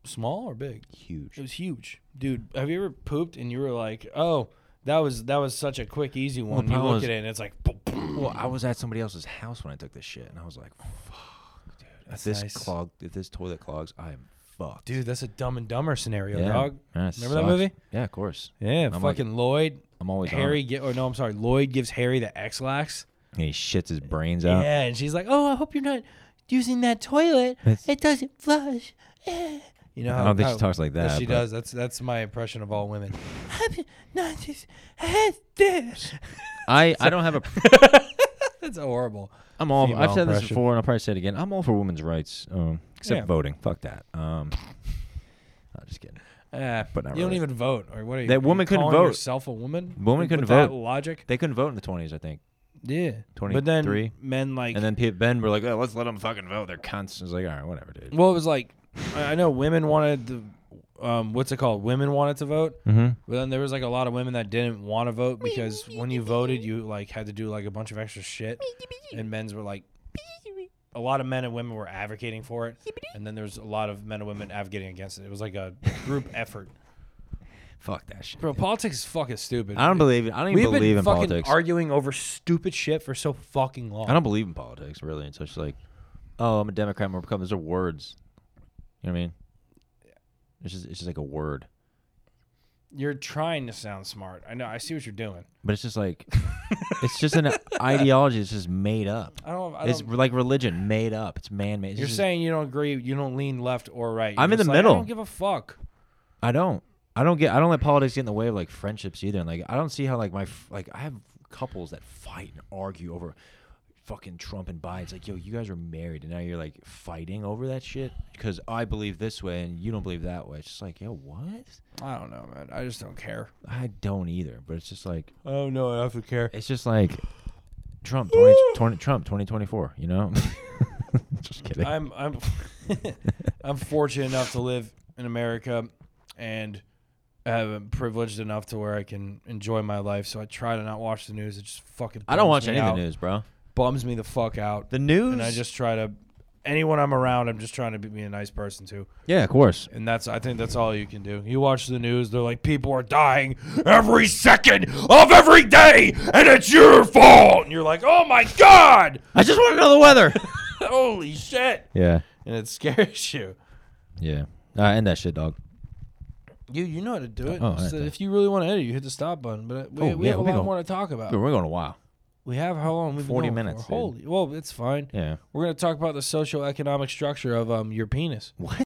Speaker 1: Small or big?
Speaker 2: Huge.
Speaker 1: It was huge, dude. Have you ever pooped and you were like, "Oh, that was that was such a quick, easy one." you
Speaker 2: problem
Speaker 1: look
Speaker 2: is-
Speaker 1: at it and it's like, boom, boom.
Speaker 2: Well, I was at somebody else's house when I took this shit, and I was like, "Fuck, dude! If
Speaker 1: That's
Speaker 2: this
Speaker 1: nice.
Speaker 2: clog, if this toilet clogs, I am fucked."
Speaker 1: dude, that's a Dumb and Dumber scenario,
Speaker 2: yeah.
Speaker 1: dog.
Speaker 2: Yeah, it
Speaker 1: Remember that
Speaker 2: sucks.
Speaker 1: movie?
Speaker 2: Yeah, of course.
Speaker 1: Yeah,
Speaker 2: I'm like-
Speaker 1: fucking Lloyd.
Speaker 2: I'm always on
Speaker 1: Harry
Speaker 2: it.
Speaker 1: get or no, I'm sorry, Lloyd gives Harry the X-lax.
Speaker 2: and he shits his brains
Speaker 1: Yeah.
Speaker 2: out.
Speaker 1: and she's like, "Oh, I hope you're not using that toilet.
Speaker 2: That's-
Speaker 1: it doesn't flush." Eh. You know,
Speaker 2: I
Speaker 1: how,
Speaker 2: don't think she
Speaker 1: how-
Speaker 2: talks like
Speaker 1: Yeah,
Speaker 2: that,
Speaker 1: she
Speaker 2: but-
Speaker 1: does. That's that's my impression of all women. I'm not just- I had this.
Speaker 2: I, I don't have a.
Speaker 1: That's horrible.
Speaker 2: I'm all.
Speaker 1: Female
Speaker 2: I've said this
Speaker 1: impression.
Speaker 2: before, and I'll probably say it again. I'm all for women's rights, um, except
Speaker 1: Yeah.
Speaker 2: voting. Fuck that. Um, I'm just kidding.
Speaker 1: Yeah,
Speaker 2: But not
Speaker 1: Eh, you don't
Speaker 2: really.
Speaker 1: even vote, or what? Are you,
Speaker 2: That
Speaker 1: you
Speaker 2: woman couldn't
Speaker 1: calling
Speaker 2: vote.
Speaker 1: Yourself a woman.
Speaker 2: Woman
Speaker 1: With
Speaker 2: couldn't
Speaker 1: that
Speaker 2: vote.
Speaker 1: Logic.
Speaker 2: They couldn't vote in the 20s, I think.
Speaker 1: Yeah. But
Speaker 2: 23.
Speaker 1: then men like.
Speaker 2: And then pe- Ben were like, oh, let's let them fucking vote. They're cunts. I was like, all right, whatever, dude.
Speaker 1: well, it was like, I I know women wanted the, um, what's it called? Women wanted to vote.
Speaker 2: Mm-hmm.
Speaker 1: But then there was like a lot of women that didn't want to vote because when you voted, you like had to do like a bunch of extra shit, and men's were like, a lot of men and women were advocating for it, and then there was a lot of men and women advocating against it. It was like a group effort.
Speaker 2: Fuck that shit.
Speaker 1: Bro, politics is fucking stupid.
Speaker 2: I don't believe it. I don't even
Speaker 1: We've
Speaker 2: believe
Speaker 1: been
Speaker 2: in
Speaker 1: fucking
Speaker 2: politics.
Speaker 1: arguing over stupid shit for so fucking long.
Speaker 2: I don't believe in politics really until she's like, "Oh, I'm a Democrat, I'm a Republican." Those are words. You know what I mean? It's just it's just like a word,
Speaker 1: You're trying to sound smart. I know. I see what you're doing.
Speaker 2: but it's just like it's just an ideology that's just made up.
Speaker 1: I don't. I
Speaker 2: It's
Speaker 1: don't
Speaker 2: like religion made up. It's man made.
Speaker 1: you're saying you don't agree. You don't lean left or right.
Speaker 2: I'm
Speaker 1: You're
Speaker 2: in the
Speaker 1: just like, I
Speaker 2: middle.
Speaker 1: don't give a fuck.
Speaker 2: I don't. I don't get. I don't let politics get in the way of like friendships either. And like, I don't see how like my f- like I have couples that fight and argue over fucking Trump and Biden. It's like, yo, you guys are married, and now you're like fighting over that shit because I believe this way and you don't believe that way. It's just like, yo, what?
Speaker 1: I don't know, man. I just don't care.
Speaker 2: I don't either. But it's just like,
Speaker 1: Oh no, I don't care.
Speaker 2: it's just like Trump 20, 20 Trump twenty twenty four. You know. just kidding.
Speaker 1: I'm I'm I'm fortunate enough to live in America and I'm privileged enough to where I can enjoy my life. So I try to not watch the news. It just fucking
Speaker 2: I don't
Speaker 1: bums
Speaker 2: watch
Speaker 1: me
Speaker 2: any of
Speaker 1: out.
Speaker 2: the news, bro.
Speaker 1: Bums me the fuck out.
Speaker 2: The news.
Speaker 1: and I just try to anyone I'm around, I'm just trying to be, be a nice person to.
Speaker 2: yeah, of course.
Speaker 1: And that's I think that's all you can do. You watch the news, they're like people are dying every second of every day and it's your fault. And you're like, "Oh my god.
Speaker 2: I just want to know the weather.
Speaker 1: Holy shit."
Speaker 2: yeah.
Speaker 1: And it scares you.
Speaker 2: Yeah. Uh, end that shit, dog.
Speaker 1: You you know how to do it.
Speaker 2: Oh, all right,
Speaker 1: So
Speaker 2: then.
Speaker 1: if you really want to edit, you hit the stop button. But uh, we,
Speaker 2: Oh,
Speaker 1: we
Speaker 2: yeah,
Speaker 1: have a
Speaker 2: we
Speaker 1: lot
Speaker 2: gonna-
Speaker 1: more to talk about.
Speaker 2: Dude, we're going a while.
Speaker 1: We have how long? We've been
Speaker 2: 40
Speaker 1: going for?
Speaker 2: minutes, dude.
Speaker 1: Holy, well, it's fine.
Speaker 2: Yeah.
Speaker 1: We're gonna talk about the social economic structure of um your penis.
Speaker 2: What?